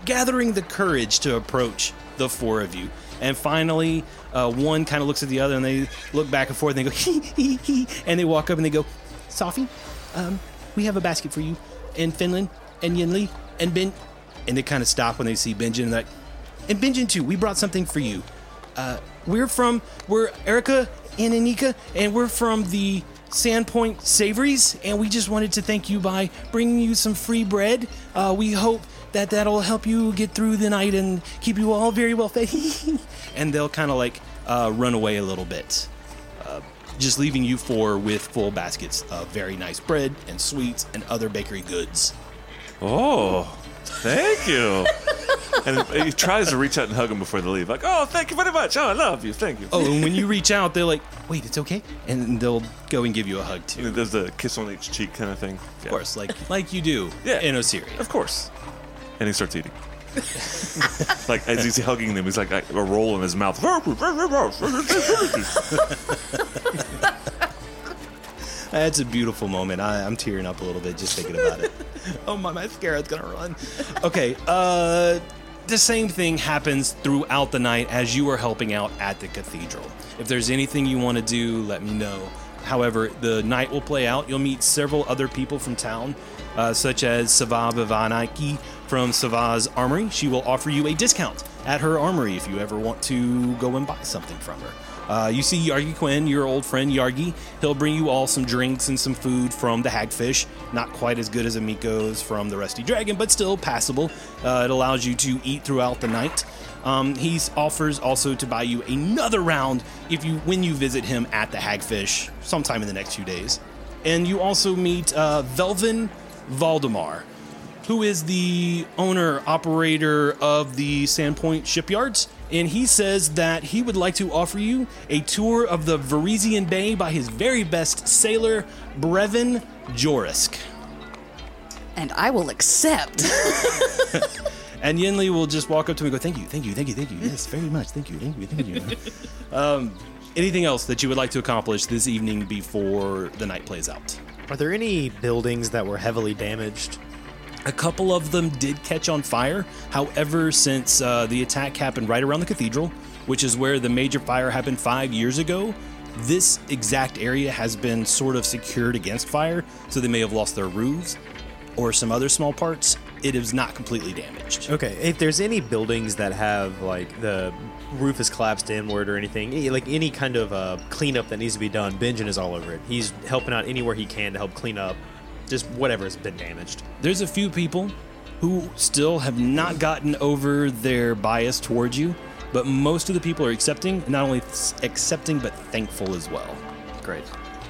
gathering the courage to approach the four of you. And finally, uh, one kind of looks at the other and they look back and forth and they go, hee, hee, hee. And they walk up and they go, Sophie, um, we have a basket for you. And Finland and Yinli and Ben. And they kind of stop when they see Benjamin. Like, and Benjamin, too, we brought something for you. Uh, we're from, we're Erica and Anika, and we're from the Sandpoint Savories, and we just wanted to thank you by bringing you some free bread. Uh, we hope that that'll help you get through the night and keep you all very well fed. and they'll kind of like uh, run away a little bit, uh, just leaving you four with full baskets of very nice bread and sweets and other bakery goods.
Oh, thank you. and he tries to reach out and hug him before they leave. Like, oh, thank you very much. Oh, I love you. Thank you.
Oh, and when you reach out, they're like, "Wait, it's okay," and they'll go and give you a hug too.
And There's a kiss on each cheek kind of thing.
Of course, like like you do
Yeah.
in Osiria.
Of course. And he starts eating. like as he's hugging them, he's like a a roll in his mouth. That's
That's Uh, a beautiful moment. I, I'm tearing up a little bit just thinking about it. oh, my mascara's gonna run. Okay, uh, the same thing happens throughout the night as you are helping out at the cathedral. If there's anything you want to do, let me know. However, the night will play out. You'll meet several other people from town, uh, such as Sava Ivanaki from Sava's Armory. She will offer you a discount at her armory if you ever want to go and buy something from her. Uh, you see Yargi Quinn, your old friend Yargi. He'll bring you all some drinks and some food from the Hagfish. Not quite as good as Amiko's from the Rusty Dragon, but still passable. Uh, it allows you to eat throughout the night. Um, he offers also to buy you another round if you when you visit him at the Hagfish sometime in the next few days. And you also meet uh, Velvin Valdemar who is the owner operator of the Sandpoint shipyards. And he says that he would like to offer you a tour of the Varisian Bay by his very best sailor, Brevin Jorisk.
And I will accept.
And Yinli will just walk up to him and go, Thank you, thank you, thank you, thank you. Yes, very much. Thank you, thank you, thank you. um, anything else that you would like to accomplish this evening before the night plays out?
Are there any buildings that were heavily damaged?
A couple of them did catch on fire. However, since uh, the attack happened right around the cathedral, which is where the major fire happened five years ago, this exact area has been sort of secured against fire, so they may have lost their roofs or some other small parts. It is not completely damaged.
Okay, if there's any buildings that have like the roof is collapsed inward or anything, any- like any kind of uh, cleanup that needs to be done, Benjamin is all over it. He's helping out anywhere he can to help clean up just whatever has been damaged.
There's a few people who still have not gotten over their bias towards you, but most of the people are accepting, not only accepting, but thankful as well.
Great.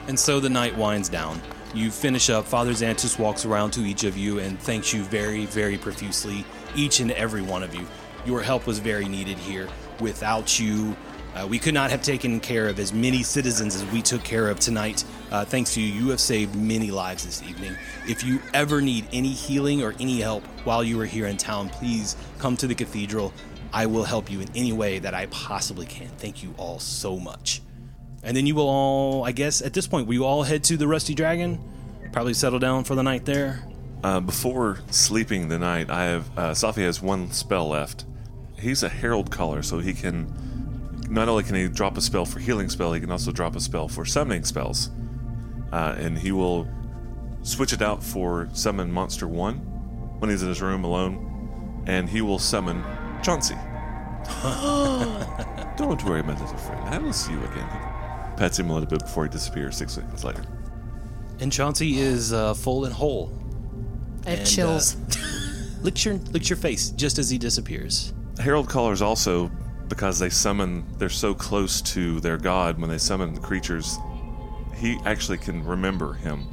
And so the night winds down. You finish up. Father Xantus walks around to each of you and thanks you very, very profusely, each and every one of you. Your help was very needed here. Without you, uh, we could not have taken care of as many citizens as we took care of tonight. Uh, thanks to you, you have saved many lives this evening. If you ever need any healing or any help while you are here in town, please come to the cathedral. I will help you in any way that I possibly can. Thank you all so much. And then you will all, I guess, at this point, we all head to the Rusty Dragon, probably settle down for the night there.
Uh, before sleeping the night, I have uh, Safi has one spell left. He's a herald caller, so he can not only can he drop a spell for healing spell, he can also drop a spell for summoning spells, uh, and he will switch it out for summon monster one when he's in his room alone, and he will summon Chauncey. Don't worry, my little friend. I will see you again. Pats him a little bit before he disappears six seconds later.
And Chauncey is uh, full and whole.
I
And, uh,
have chills.
Licks your, licks your face just as he disappears.
Herald callers also, because they summon, they're so close to their god when they summon the creatures, he actually can remember him.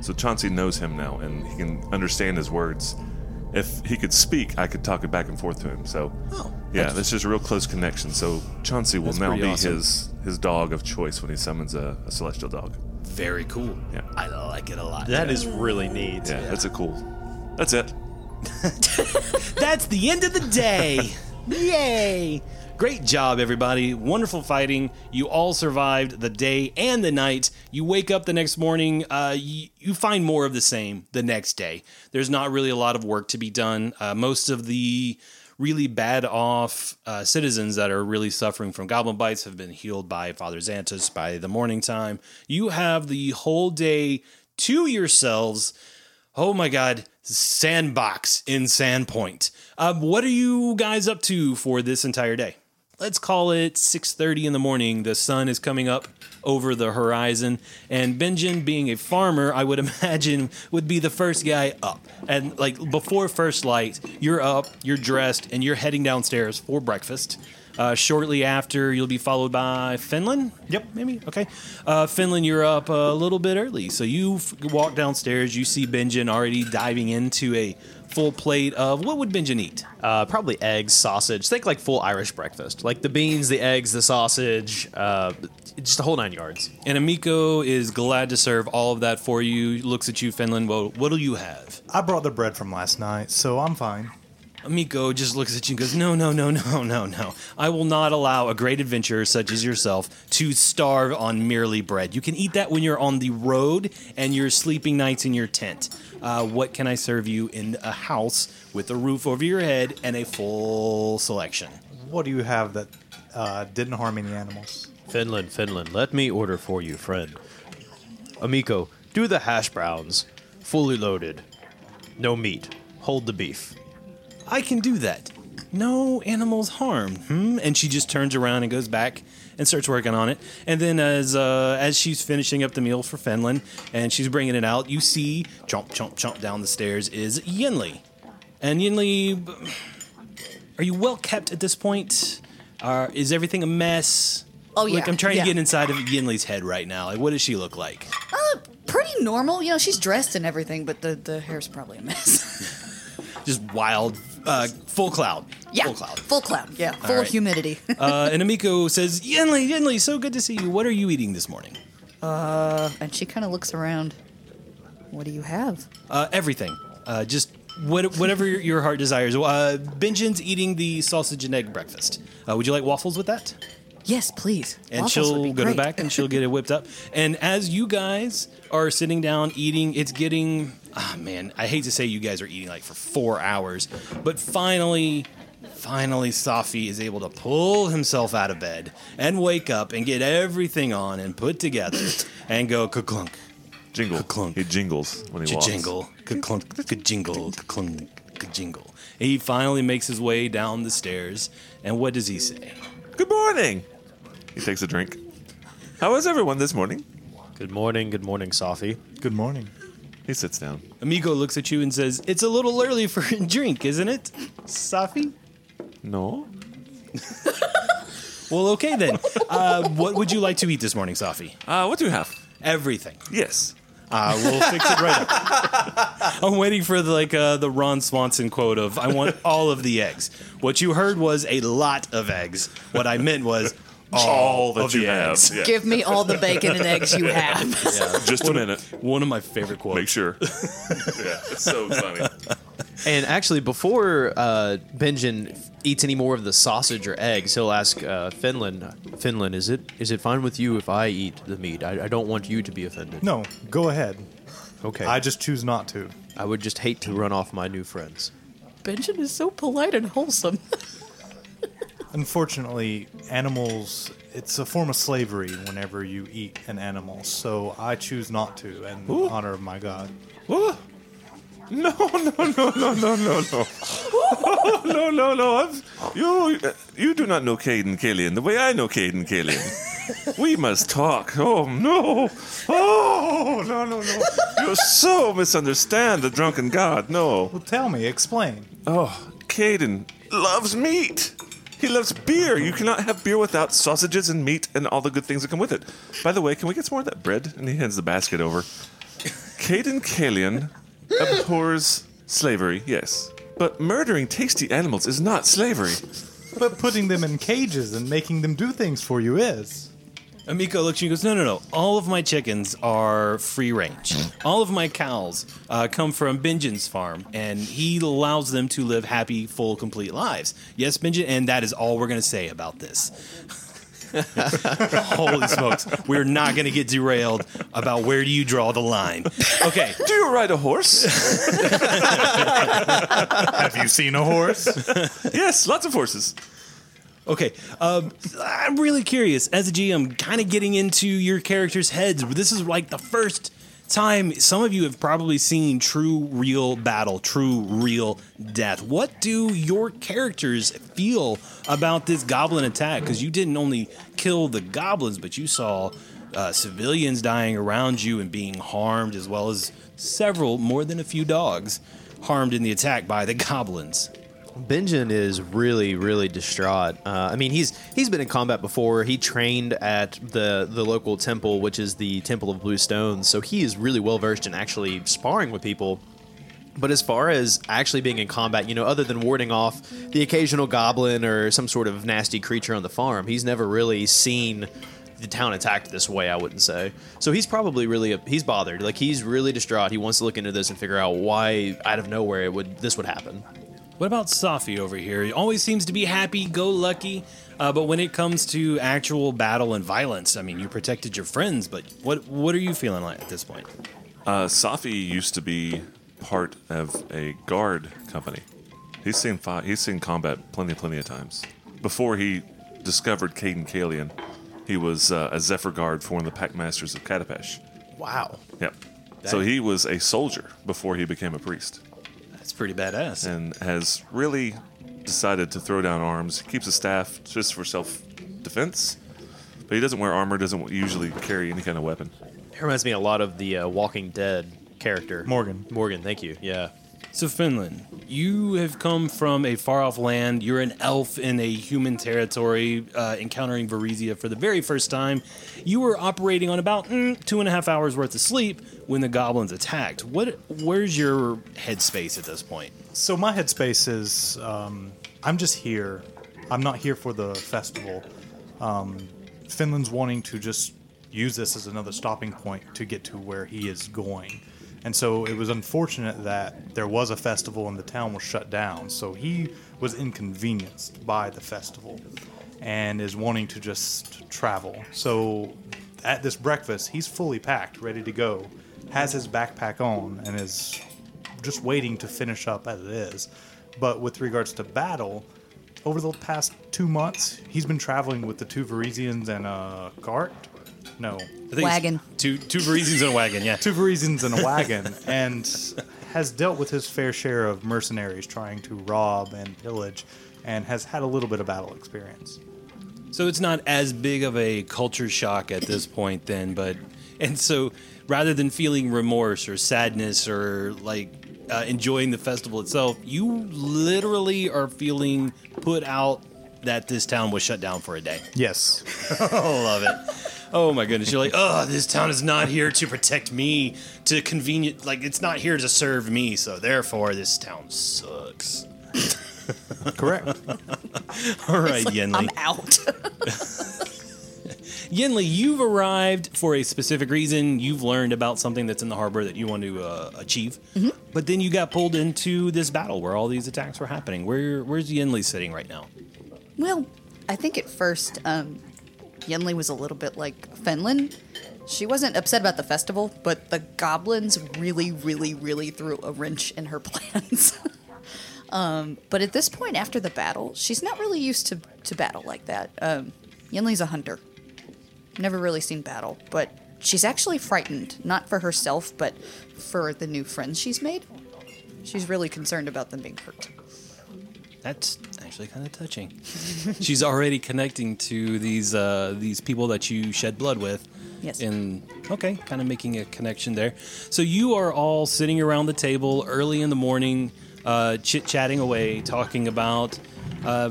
So Chauncey knows him now and he can understand his words. If he could speak, I could talk it back and forth to him. So,
Oh,
yeah, that's just a real close connection. So Chauncey will
That's
now
pretty
be
awesome.
his his dog of choice when he summons a, a celestial dog.
Very cool.
Yeah.
I like it a lot.
That is really neat.
Yeah, that's a cool. That's it.
That's the end of the day. Yay! Great job, everybody. Wonderful fighting. You all survived the day and the night. You wake up the next morning. Uh, you, you find more of the same the next day. There's not really a lot of work to be done. Uh, most of the really bad off uh, citizens that are really suffering from goblin bites have been healed by Father Xantus by the morning time. You have the whole day to yourselves. Oh my God, Sandbox in Sandpoint. Um, what are you guys up to for this entire day? Let's call it 6:30 in the morning. The sun is coming up over the horizon, and Benjamin, being a farmer, I would imagine would be the first guy up. And like before first light, you're up, you're dressed, and you're heading downstairs for breakfast. Uh, shortly after, you'll be followed by Finland. Yep, maybe. Okay. Uh, Finland, you're up a little bit early. So you f- walk downstairs. You see Benjin already diving into a full plate of what would Benjin eat?
Uh, probably eggs, sausage. Think like full Irish breakfast, like the beans, the eggs, the sausage, uh, just the whole nine yards.
And Amiko is glad to serve all of that for you. Looks at you, Finland. Well, what'll you have?
I brought the bread from last night, so I'm fine.
Amiko just looks at you and goes, No, no, no, no, no, no. I will not allow a great adventurer such as yourself to starve on merely bread. You can eat that when you're on the road and you're sleeping nights in your tent. Uh, what can I serve you in a house with a roof over your head and a full selection?
What do you have that uh, didn't harm any animals?
Finland, Finland, let me order for you, friend. Amico, do the hash browns, fully loaded, no meat. Hold the beef.
I can do that. No animals harmed. Hmm? And she just turns around and goes back and starts working on it. And then as uh, as she's finishing up the meal for Fenlin and she's bringing it out, you see chomp chomp chomp down the stairs is Yinli, and Yinli, b- are you well kept at this point? Are is everything a mess?
Oh,
Like
yeah,
I'm trying
yeah.
to get inside of Yinli's head right now. Like, what does she look like?
Uh, pretty normal. You know, she's dressed and everything, but the, the hair's probably a mess.
Just wild, uh, full cloud.
yeah.
Full cloud.
Full cloud. Yeah. Full
right.
humidity. Oh,
Uh, and Amiko says, Yenli, Yenli, so good to see you. What are you eating this morning?
and she kind of looks around. What do you have?
Uh, everything. Uh, just what, whatever your, your heart desires. Uh, Benjin's eating the sausage and egg breakfast. Uh, would you like waffles with that?
Yes, please.
And
Waffles
she'll
would be
go to the
great.
back and she'll get it whipped up. And as you guys are sitting down eating, it's getting, ah, man, I hate to say you guys are eating like for four hours, but finally, finally, Safi is able to pull himself out of bed and wake up and get everything on and put together and go ka-clunk,
Jingle.
Ka-clunk.
He jingles when he walks.
ka-jingle, ka-clunk, ka-jingle, ka-clunk, ka-jingle. And he finally makes his way down the stairs. And what does he say?
Good morning. He takes a drink. How is everyone this morning?
Good morning, good morning, Safi.
Good morning.
He sits down.
Amigo looks at you and says, It's a little early for a drink, isn't it, Safi?
No.
Well, okay then. Uh, what would you like to eat this morning, Safi?
Uh, what do you have?
Everything.
Yes.
Uh, we'll fix it right up. I'm waiting for the, like uh, the Ron Swanson quote of "I want all of the eggs." What you heard was a lot of eggs. What I meant was oh, all,
that
of
you
the
have.
eggs.
Yeah.
Give me all the bacon and eggs you have.
Just a minute.
One of my favorite quotes.
Make sure. yeah, it's so funny.
And actually, before uh, Benjin eats any more of the sausage or eggs, he'll ask uh, Finland, Finland, is it is it fine with you if I eat the meat? I, I don't want you to be offended.
No, go ahead.
Okay.
I just choose not to.
I would just hate to run off my new friends.
Benjamin is so polite and wholesome.
Unfortunately, animals, it's a form of slavery whenever you eat an animal, so I choose not to in honor of my god.
Oh. No, no, no, no, no, no, no. Oh, no, no, no. I've, you, you do not know Caden Killian the way I know Caden Killian. We must talk. Oh, no. Oh, no, no, no. You so misunderstand the drunken god. No.
Well, tell me, explain.
Oh, Caden loves meat. He loves beer. You cannot have beer without sausages and meat and all the good things that come with it. By the way, can we get some more of that bread? And he hands the basket over. Caden Kalian abhors slavery, yes. But murdering tasty animals is not slavery.
But putting them in cages and making them do things for you is.
Amiko looks at you and goes, No, no, no. All of my chickens are free range. All of my cows uh, come from Benjin's farm, and he allows them to live happy, full, complete lives. Yes, Benjin, and that is all we're going to say about this. Holy smokes. We're not going to get derailed about where do you draw the line. Okay.
Do you ride a horse?
Have you seen a horse?
yes, lots of horses.
Okay, um, I'm really curious as a GM, kind of getting into your characters' heads. This is like the first time some of you have probably seen true, real battle, true, real death. What do your characters feel about this goblin attack? Because you didn't only kill the goblins, but you saw uh, civilians dying around you and being harmed, as well as several, more than a few dogs, harmed in the attack by the goblins.
Benjin is really, really distraught. Uh, I mean, he's he's been in combat before. He trained at the the local temple, which is the Temple of Blue Stones. So he is really well versed in actually sparring with people. But as far as actually being in combat, you know, other than warding off the occasional goblin or some sort of nasty creature on the farm, he's never really seen the town attacked this way. I wouldn't say. So he's probably really he's bothered. Like he's really distraught. He wants to look into this and figure out why out of nowhere it would this would happen.
What about Safi over here? He always seems to be happy, go lucky, uh, but when it comes to actual battle and violence, I mean, you protected your friends, but what what are you feeling like at this point?
Uh, Safi used to be part of a guard company. He's seen fi- he's seen combat plenty, plenty of times. Before he discovered Caden Kalian, he was uh, a Zephyr guard for one of the Pack Masters of Katapesh.
Wow.
Yep. So he was a soldier before he became a priest,
That's pretty badass.
and has really decided to throw down arms. He keeps a staff just for self defense, But he doesn't wear armor, doesn't usually carry any kind of weapon.
It reminds me a lot of the uh, Walking Dead character.
Morgan.
Morgan, thank you. Yeah.
So, Finland, you have come from a far off land. You're an elf in a human territory, uh, encountering Varizia for the very first time. You were operating on about mm, two and a half hours worth of sleep when the goblins attacked. What? Where's your headspace at this point?
So my headspace is um, I'm just here. I'm not here for the festival. Um, Finland's wanting to just use this as another stopping point to get to where he is going. And so it was unfortunate that there was a festival and the town was shut down. So he was inconvenienced by the festival and is wanting to just travel. So at this breakfast, he's fully packed, ready to go, has his backpack on, and is just waiting to finish up as it is. But with regards to battle, over the past two months, he's been traveling with the two Varisians and a cart. No,
I think it's
Wagon.
Two two Varizians in a wagon. Yeah.
two Varisians and a wagon, and has dealt with his fair share of mercenaries trying to rob and pillage, and has had a little bit of battle experience.
So it's not as big of a culture shock at this point, then. But and so rather than feeling remorse or sadness or like uh, enjoying the festival itself, you literally are feeling put out that this town was shut down for a day.
Yes.
Oh, love it. Oh my goodness. You're like, oh, this town is not here to protect me, to convenient, like, it's not here to serve me, so therefore this town sucks.
Correct.
All right,
Like,
Yenli.
I'm out.
Yenli, you've arrived for a specific reason. You've learned about something that's in the harbor that you want to uh, achieve. But then you got pulled into this battle where all these attacks were happening. Where Where's Yenli sitting right now?
Well, I think at first, um, Yenli was a little bit like Fenlin. She wasn't upset about the festival, but the goblins really, really, really threw a wrench in her plans. um, but at this point, after the battle, she's not really used to, to battle like that. Um, Yenli's a hunter, never really seen battle, but she's actually frightened, not for herself, but for the new friends she's made. She's really concerned about them being hurt.
That's actually kind of touching. She's already connecting to these uh, these people that you shed blood with.
Yes.
And okay, kind of making a connection there. So you are all sitting around the table early in the morning, uh, chit chatting away, talking about uh,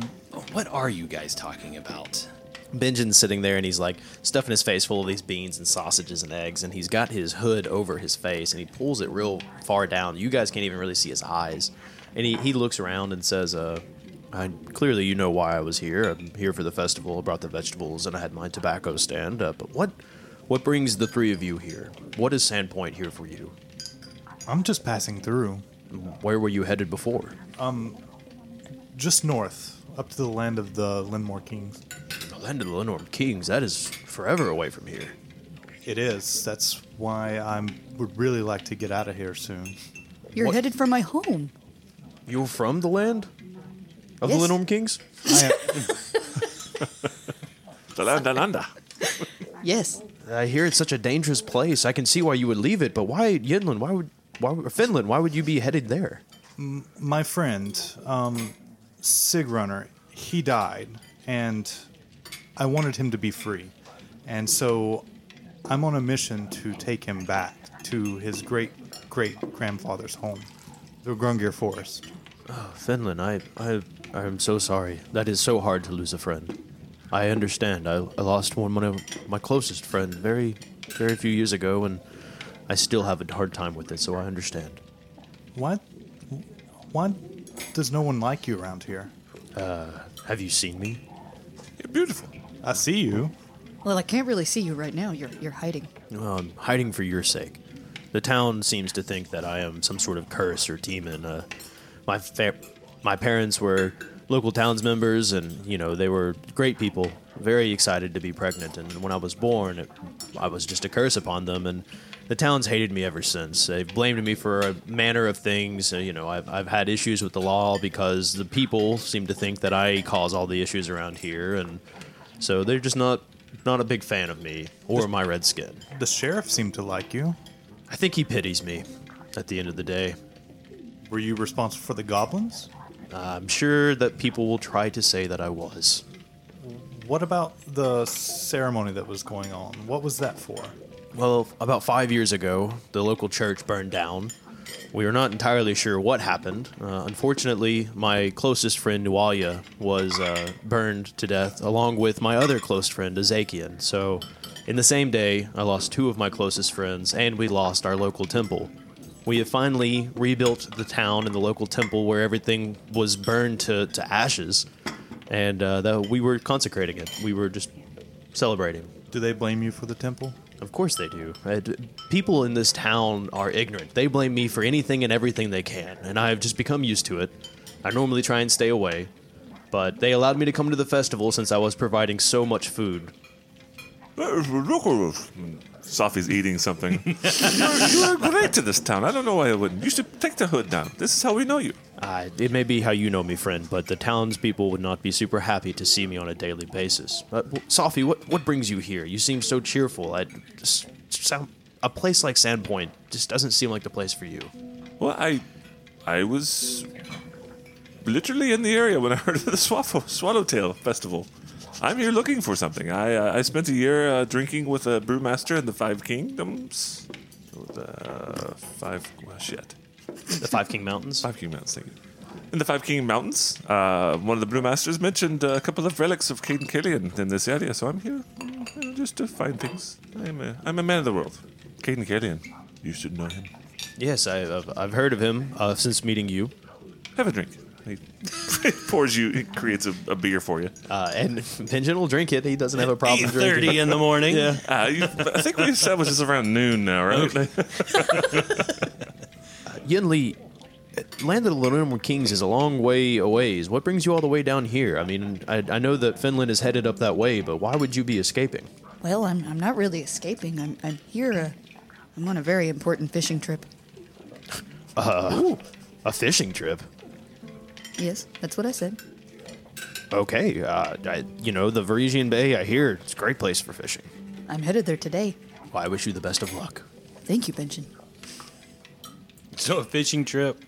what are you guys talking about?
Benjamin's sitting there and he's like stuffing his face full of these beans and sausages and eggs, and he's got his hood over his face and he pulls it real far down. You guys can't even really see his eyes. And he, he looks around and says, uh, I, Clearly, you know why I was here. I'm here for the festival. I brought the vegetables and I had my tobacco stand. Uh, but what, what brings the three of you here? What is Sandpoint here for you?
I'm just passing through,
Where were you headed before?
just north, up to the land of the Linmore Kings.
The land of the Lenorm Kings, that is forever away from here.
It is. That's why I would really like to get out of here soon.
You're
What-
headed for my home.
You're from the land of
Yes.
the Lenorm Kings?
I
Da-da-da-da-da.
Yes.
I hear it's such a dangerous place. I can see why you would leave it, but why Yinland? Why would why would- or Finland? Why would you be headed there?
my friend, um, Sig Runner, he died, and I wanted him to be free. And so I'm on a mission to take him back to his great great grandfather's home, the Grungir Forest.
Finland, I I I am so sorry. That is so hard to lose a friend. I understand. I, I lost one of my closest friend very very few years ago, and I still have a hard time with it. So I understand.
Why, why does no one like you around here?
Have you seen me?
You're beautiful.
I see you.
Well, I can't really see you right now. You're you're hiding.
Well, I'm um, hiding for your sake. The town seems to think that I am some sort of curse or demon. Uh, my fa- my parents were local towns members, and you know they were great people, very excited to be pregnant. And when I was born, it, I was just a curse upon them, and the town's hated me ever since. They've blamed me for a manner of things. Uh, you know, I've I've had issues with the law because the people seem to think that I cause all the issues around here, and so they're just not not a big fan of me or my red skin.
The sheriff seemed to like you.
I think he pities me at the end of the day.
Were you responsible for the goblins?
I'm sure that people will try to say that I was.
what about the ceremony that was going on? What was that for?
Well, about five years ago, the local church burned down. We are not entirely sure what happened. Uh, unfortunately, my closest friend Nualia was uh, burned to death, along with my other close friend Ezekian. So, in the same day, I lost two of my closest friends, and we lost our local temple. We have finally rebuilt the town and the local temple where everything was burned to, to ashes, and uh, that we were consecrating it. We were just celebrating.
Do they blame you for the temple?
Of course they do. Uh, d- People in this town are ignorant. They blame me for anything and everything they can, and I have just become used to it. I normally try and stay away, but they allowed me to come to the festival since I was providing so much food.
That is ridiculous. Safi's eating something. you're, you're great to this town. I don't know why I wouldn't. You should take the hood down. This is how we know you.
Uh, it may be how you know me, friend, but the townspeople would not be super happy to see me on a daily basis. Uh, w- Safi, what, what brings you here? You seem so cheerful. I just sound a place like Sandpoint just doesn't seem like the place for you.
Well, I, I was literally in the area when I heard of the Swaff- Swallowtail Festival. I'm here looking for something. I uh, I spent a year uh, drinking with a brewmaster in the Five Kingdoms. The five well, shit.
The Five King Mountains.
Five King Mountains. Thank you. In the Five King Mountains, uh, one of the brewmasters mentioned a couple of relics of Caden Killian in this area, so I'm here mm, just to find things. I'm a, I'm a man of the world. Caden Killian. You should know him.
Yes, I, I've, I've heard of him uh, since meeting you.
Have a drink. He pours you, he creates a, a beer for you.
Uh, and Benjamin will drink it. He doesn't have a problem drinking.
8.30 in the morning. Yeah.
Uh, you, I think we established this around noon now, right?
Yin Lee, Land of the Lunar Kings is a long way a ways. What brings you all the way down here? I mean, I, I know that Finland is headed up that way, but why would you be escaping?
Well, I'm, I'm not really escaping. I'm, I'm here. Uh, I'm on a very important fishing trip.
A fishing trip?
Yes, that's what I said.
Okay. Uh, I, you know, the Varisian Bay, I hear it's a great place for fishing.
I'm headed there today.
Well, I wish you the best of luck.
Thank you, Benjamin.
So a fishing trip.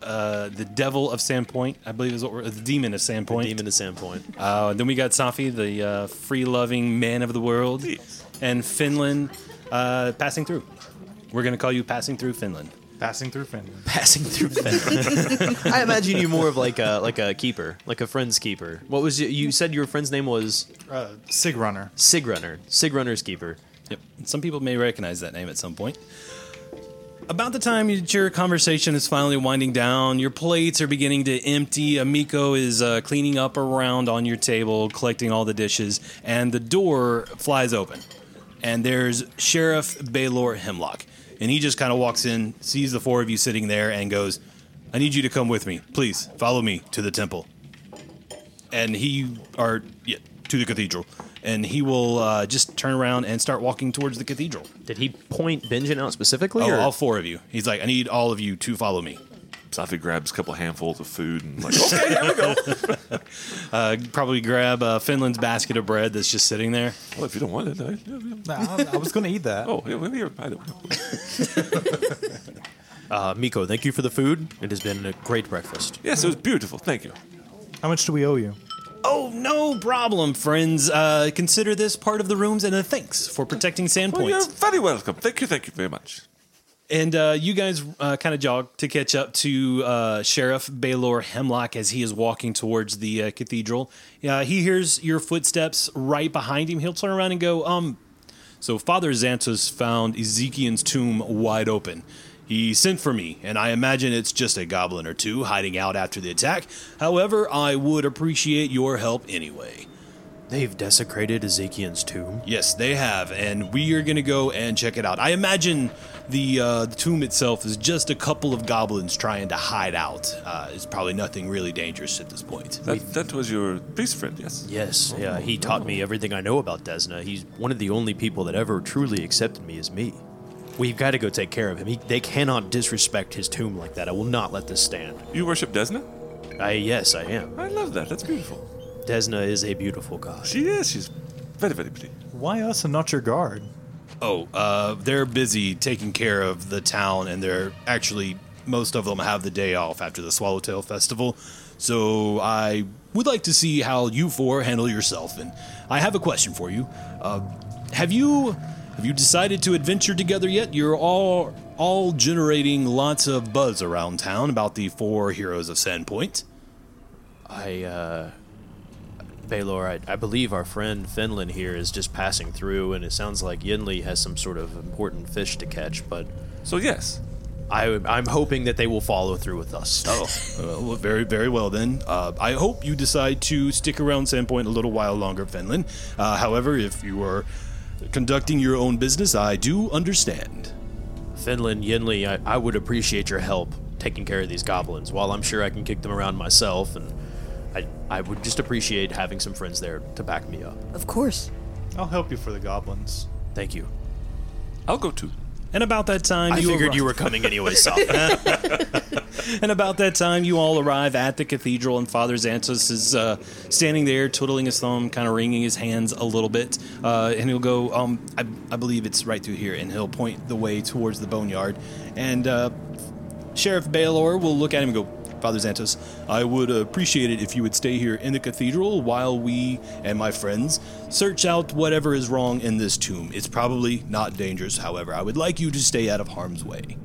Uh, the devil of Sandpoint, I believe is what we're, the demon of Sandpoint.
Demon to Sandpoint.
Uh, then we got Safi, the uh, free-loving man of the world, and Finland uh, passing through. We're gonna call you passing through Finland.
Passing through Finland.
Passing through Finland. I imagine you more of like a like a keeper, like a friend's keeper. What was you, you said your friend's name was
Uh, Sig Runner.
Sigrunner. Sigrunner's keeper.
Yep. Some people may recognize that name at some point. About the time that your conversation is finally winding down, your plates are beginning to empty. Amiko is uh, cleaning up around on your table, collecting all the dishes, and the door flies open. And there's Sheriff Baylor Hemlock. And he just kind of walks in, sees the four of you sitting there, and goes, I need you to come with me. Please follow me to the temple and he or yeah, to the cathedral, and he will uh, just turn around and start walking towards the cathedral.
Did he point Benjamin out specifically?
Oh,
or-
all four of you. He's like, I need all of you to follow me.
Safi grabs a couple handfuls of food and like, oh, okay,
Uh, probably grab uh, Finland's basket of bread that's just sitting there.
well, if you don't want it, I, yeah, yeah.
Nah, I, I was going to eat that.
oh, yeah, well, here, I don't know.
Uh, Miko, thank you for the food. It has been a great breakfast.
Yes, it was beautiful. Thank you.
How much do we owe you?
Oh, no problem, friends. Uh, consider this part of the rooms and a thanks for protecting
Well, you're
Sandpoint.
very welcome. Thank you, thank you very much.
And uh, you guys uh, kind of jog to catch up to uh, Sheriff Baylor Hemlock as he is walking towards the uh, cathedral. Uh, he hears your footsteps right behind him. He'll turn around and go, um, So Father Xantus found Ezekiel's tomb wide open. He sent for me, and I imagine it's just a goblin or two hiding out after the attack. However, I would appreciate your help anyway.
They've desecrated Ezekiel's tomb.
Yes, they have, and we are going to go and check it out. I imagine the, uh, the tomb itself is just a couple of goblins trying to hide out. Uh, it's probably nothing really dangerous at this point.
That, that was your priest friend, yes?
Yes, yeah, he taught me everything I know about Desna. He's one of the only people that ever truly accepted me as me. We've got to go take care of him. He, they cannot disrespect his tomb like that. I will not let this stand.
You worship Desna?
I, yes, I am.
I love that. That's beautiful.
Desna is a beautiful god.
She is. She's very, very pretty.
Why us and not your guard?
Oh, uh, they're busy taking care of the town, and they're actually most of them have the day off after the Swallowtail Festival, So I would like to see how you four handle yourself. And I have a question for you. Uh, have you have you decided to adventure together yet? You're all all generating lots of buzz around town about the four heroes of Sandpoint.
I, uh, Baylor, I, I believe our friend Finland here is just passing through, and it sounds like Yinli has some sort of important fish to catch, but
So yes,
I, I'm hoping that they will follow through with us.
Oh, well, very, very well then. Uh, I hope you decide to stick around Sandpoint a little while longer, Finland. Uh, however, if you are conducting your own business, I do understand.
Finland, Yinli, I, I would appreciate your help taking care of these goblins. While I'm sure I can kick them around myself, and I, I would just appreciate having some friends there to back me up.
Of course.
I'll help you for the goblins.
Thank you.
I'll go too.
And about that time,
I
you
figured
arri-
you were coming anyway, uh, Sop.
And about that time, you all arrive at the cathedral, and Father Xantos is uh, standing there, twiddling his thumb, kind of wringing his hands a little bit. Uh, and he'll go, um, I, I believe it's right through here, and he'll point the way towards the boneyard. And uh, Sheriff Baylor will look at him and go, Father Xantos, I would appreciate it if you would stay here in the cathedral while we and my friends search out whatever is wrong in this tomb. It's probably not dangerous, however. I would like you to stay out of harm's way.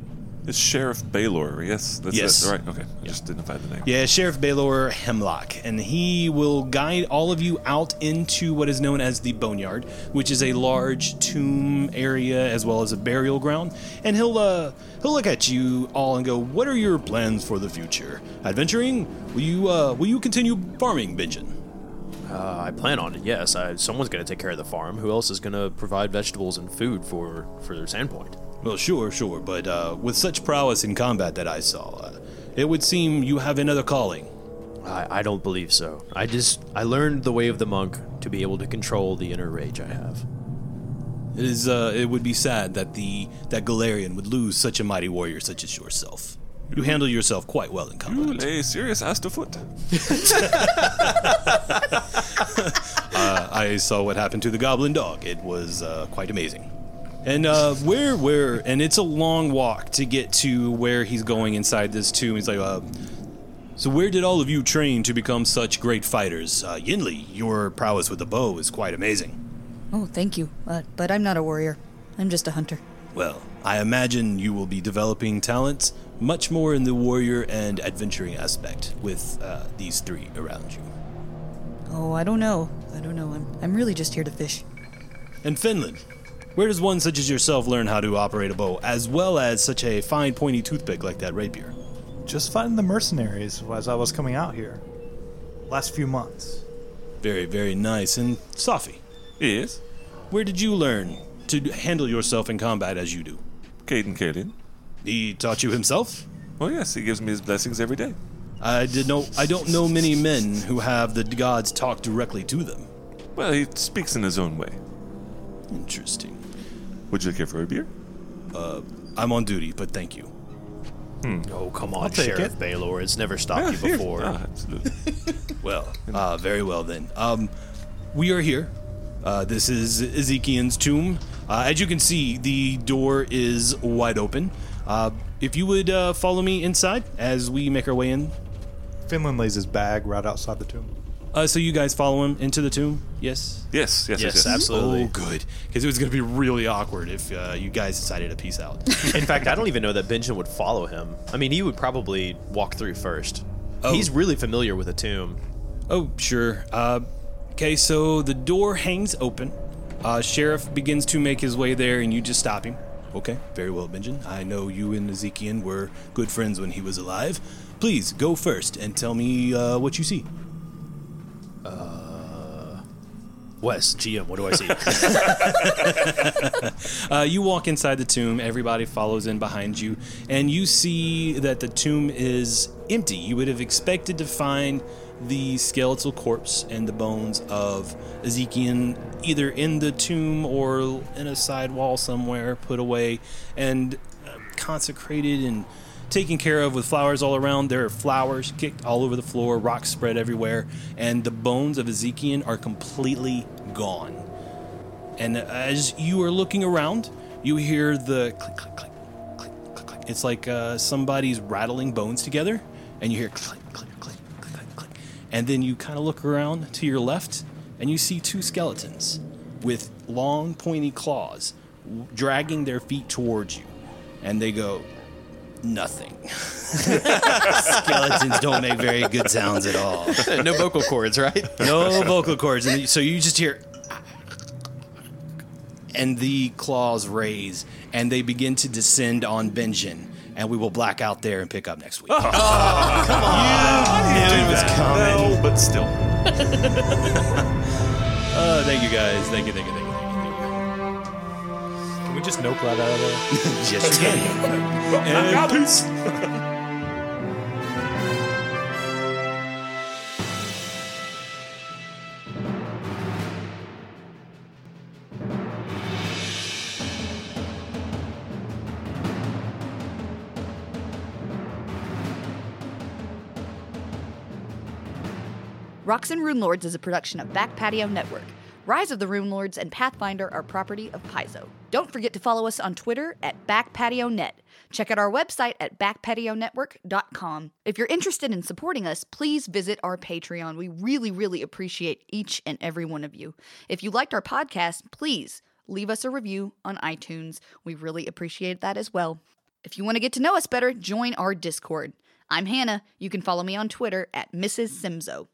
It's Sheriff Baylor. Yes, that's
Yes.
it, right. Okay, I just didn't find the name.
Yeah, Sheriff Baylor Hemlock, and he will guide all of you out into what is known as the Boneyard, which is a large tomb area as well as a burial ground. And he'll uh, he'll look at you all and go, "What are your plans for the future? Adventuring? Will you uh, will you continue farming, Benjamin?"
Uh, I plan on it. Yes, I, someone's going to take care of the farm. Who else is going to provide vegetables and food for for their sandpoint?
Well, sure, sure, but uh, with such prowess in combat that I saw, uh, it would seem you have another calling.
I, I don't believe so. I just I learned the way of the monk to be able to control the inner rage I have.
It is uh, it would be sad that the that Galarian would lose such a mighty warrior such as yourself. You handle yourself quite well in
You
combat.
lay serious ass to foot.
Uh, I saw what happened to the goblin dog. It was uh, quite amazing. And uh, where where and it's a long walk to get to where he's going inside this tomb. He's like, uh, so where did all of you train to become such great fighters? Uh, Yinli, your prowess with the bow is quite amazing.
Oh, thank you. But but I'm not a warrior. I'm just a hunter.
Well, I imagine you will be developing talents much more in the warrior and adventuring aspect with uh, these three around you.
Oh, I don't know. I don't know. I'm I'm really just here to fish.
And Finland, where does one such as yourself learn how to operate a bow, as well as such a fine pointy toothpick like that rapier?
Just fighting the mercenaries as I was coming out here. Last few months.
Very, very nice. And Safi,
Yes,
where did you learn to handle yourself in combat as you do?
Caden Caden.
He taught you himself?
Well, yes, he gives me his blessings every day.
I did know. I don't know many men who have the gods talk directly to them.
Well, he speaks in his own way.
Interesting.
Would you care for a beer?
I'm on duty, but thank you.
Oh come on,
take
Sheriff
it.
Baylor! It's never stopped you
Here.
before.
Ah, absolutely.
Well, uh, very well then. Um, we are here. Uh, this is Ezekiel's tomb. Uh, as you can see, the door is wide open. Uh, if you would uh, follow me inside as we make our way in.
Finland lays his bag right outside the tomb.
Uh, so you guys follow him into the tomb? Yes?
yes, yes, yes,
Yes,
yes.
absolutely.
Oh, good. Because it was going to be really awkward if uh, you guys decided to peace out.
In fact, I don't even know that Benjamin would follow him. I mean, he would probably walk through first. He's really familiar with a tomb.
Oh, sure. Uh, okay, so the door hangs open. Uh, Sheriff begins to make his way there, and you just stop him. Okay, very well, Benjamin. I know you and Ezekiel were good friends when he was alive. Please go first and tell me uh, what you see.
Wes, GM, what do I see?
Uh, you walk inside the tomb. Everybody follows in behind you, and you see that the tomb is empty. You would have expected to find the skeletal corpse and the bones of Ezekiel either in the tomb or in a side wall somewhere, put away and uh, consecrated and taken care of with flowers all around. There are flowers kicked all over the floor, rocks spread everywhere, and the bones of Ezekiel are completely gone. And as you are looking around, you hear the click, click, click, click, click, click. It's like uh, somebody's rattling bones together, and you hear click, click, click, click, click. And then you kind of look around to your left and you see two skeletons with long, pointy claws w- dragging their feet towards you. And they go, nothing. Skeletons don't make very good sounds at all.
no vocal cords, right?
No vocal cords. And so you just hear. And the claws raise and they begin to descend on Benjin. And we will black out there and pick up next week.
It was coming. No, but still.
Uh, thank you guys. Thank you, thank you, thank you, thank you. Thank you.
Can we just no cloud out of there?
Yes, you can.
And peace.
Rocks and Rune Lords is a production of Back Patio Network. Rise of the Rune Lords and Pathfinder are property of Paizo. Don't forget to follow us on Twitter at BackpatioNet. Check out our website at backpationetwork.com. If you're interested in supporting us, please visit our Patreon. We really, really appreciate each and every one of you. If you liked our podcast, please leave us a review on iTunes. We really appreciate that as well. If you want to get to know us better, join our Discord. I'm Hannah. You can follow me on Twitter at Mrs. Simzo.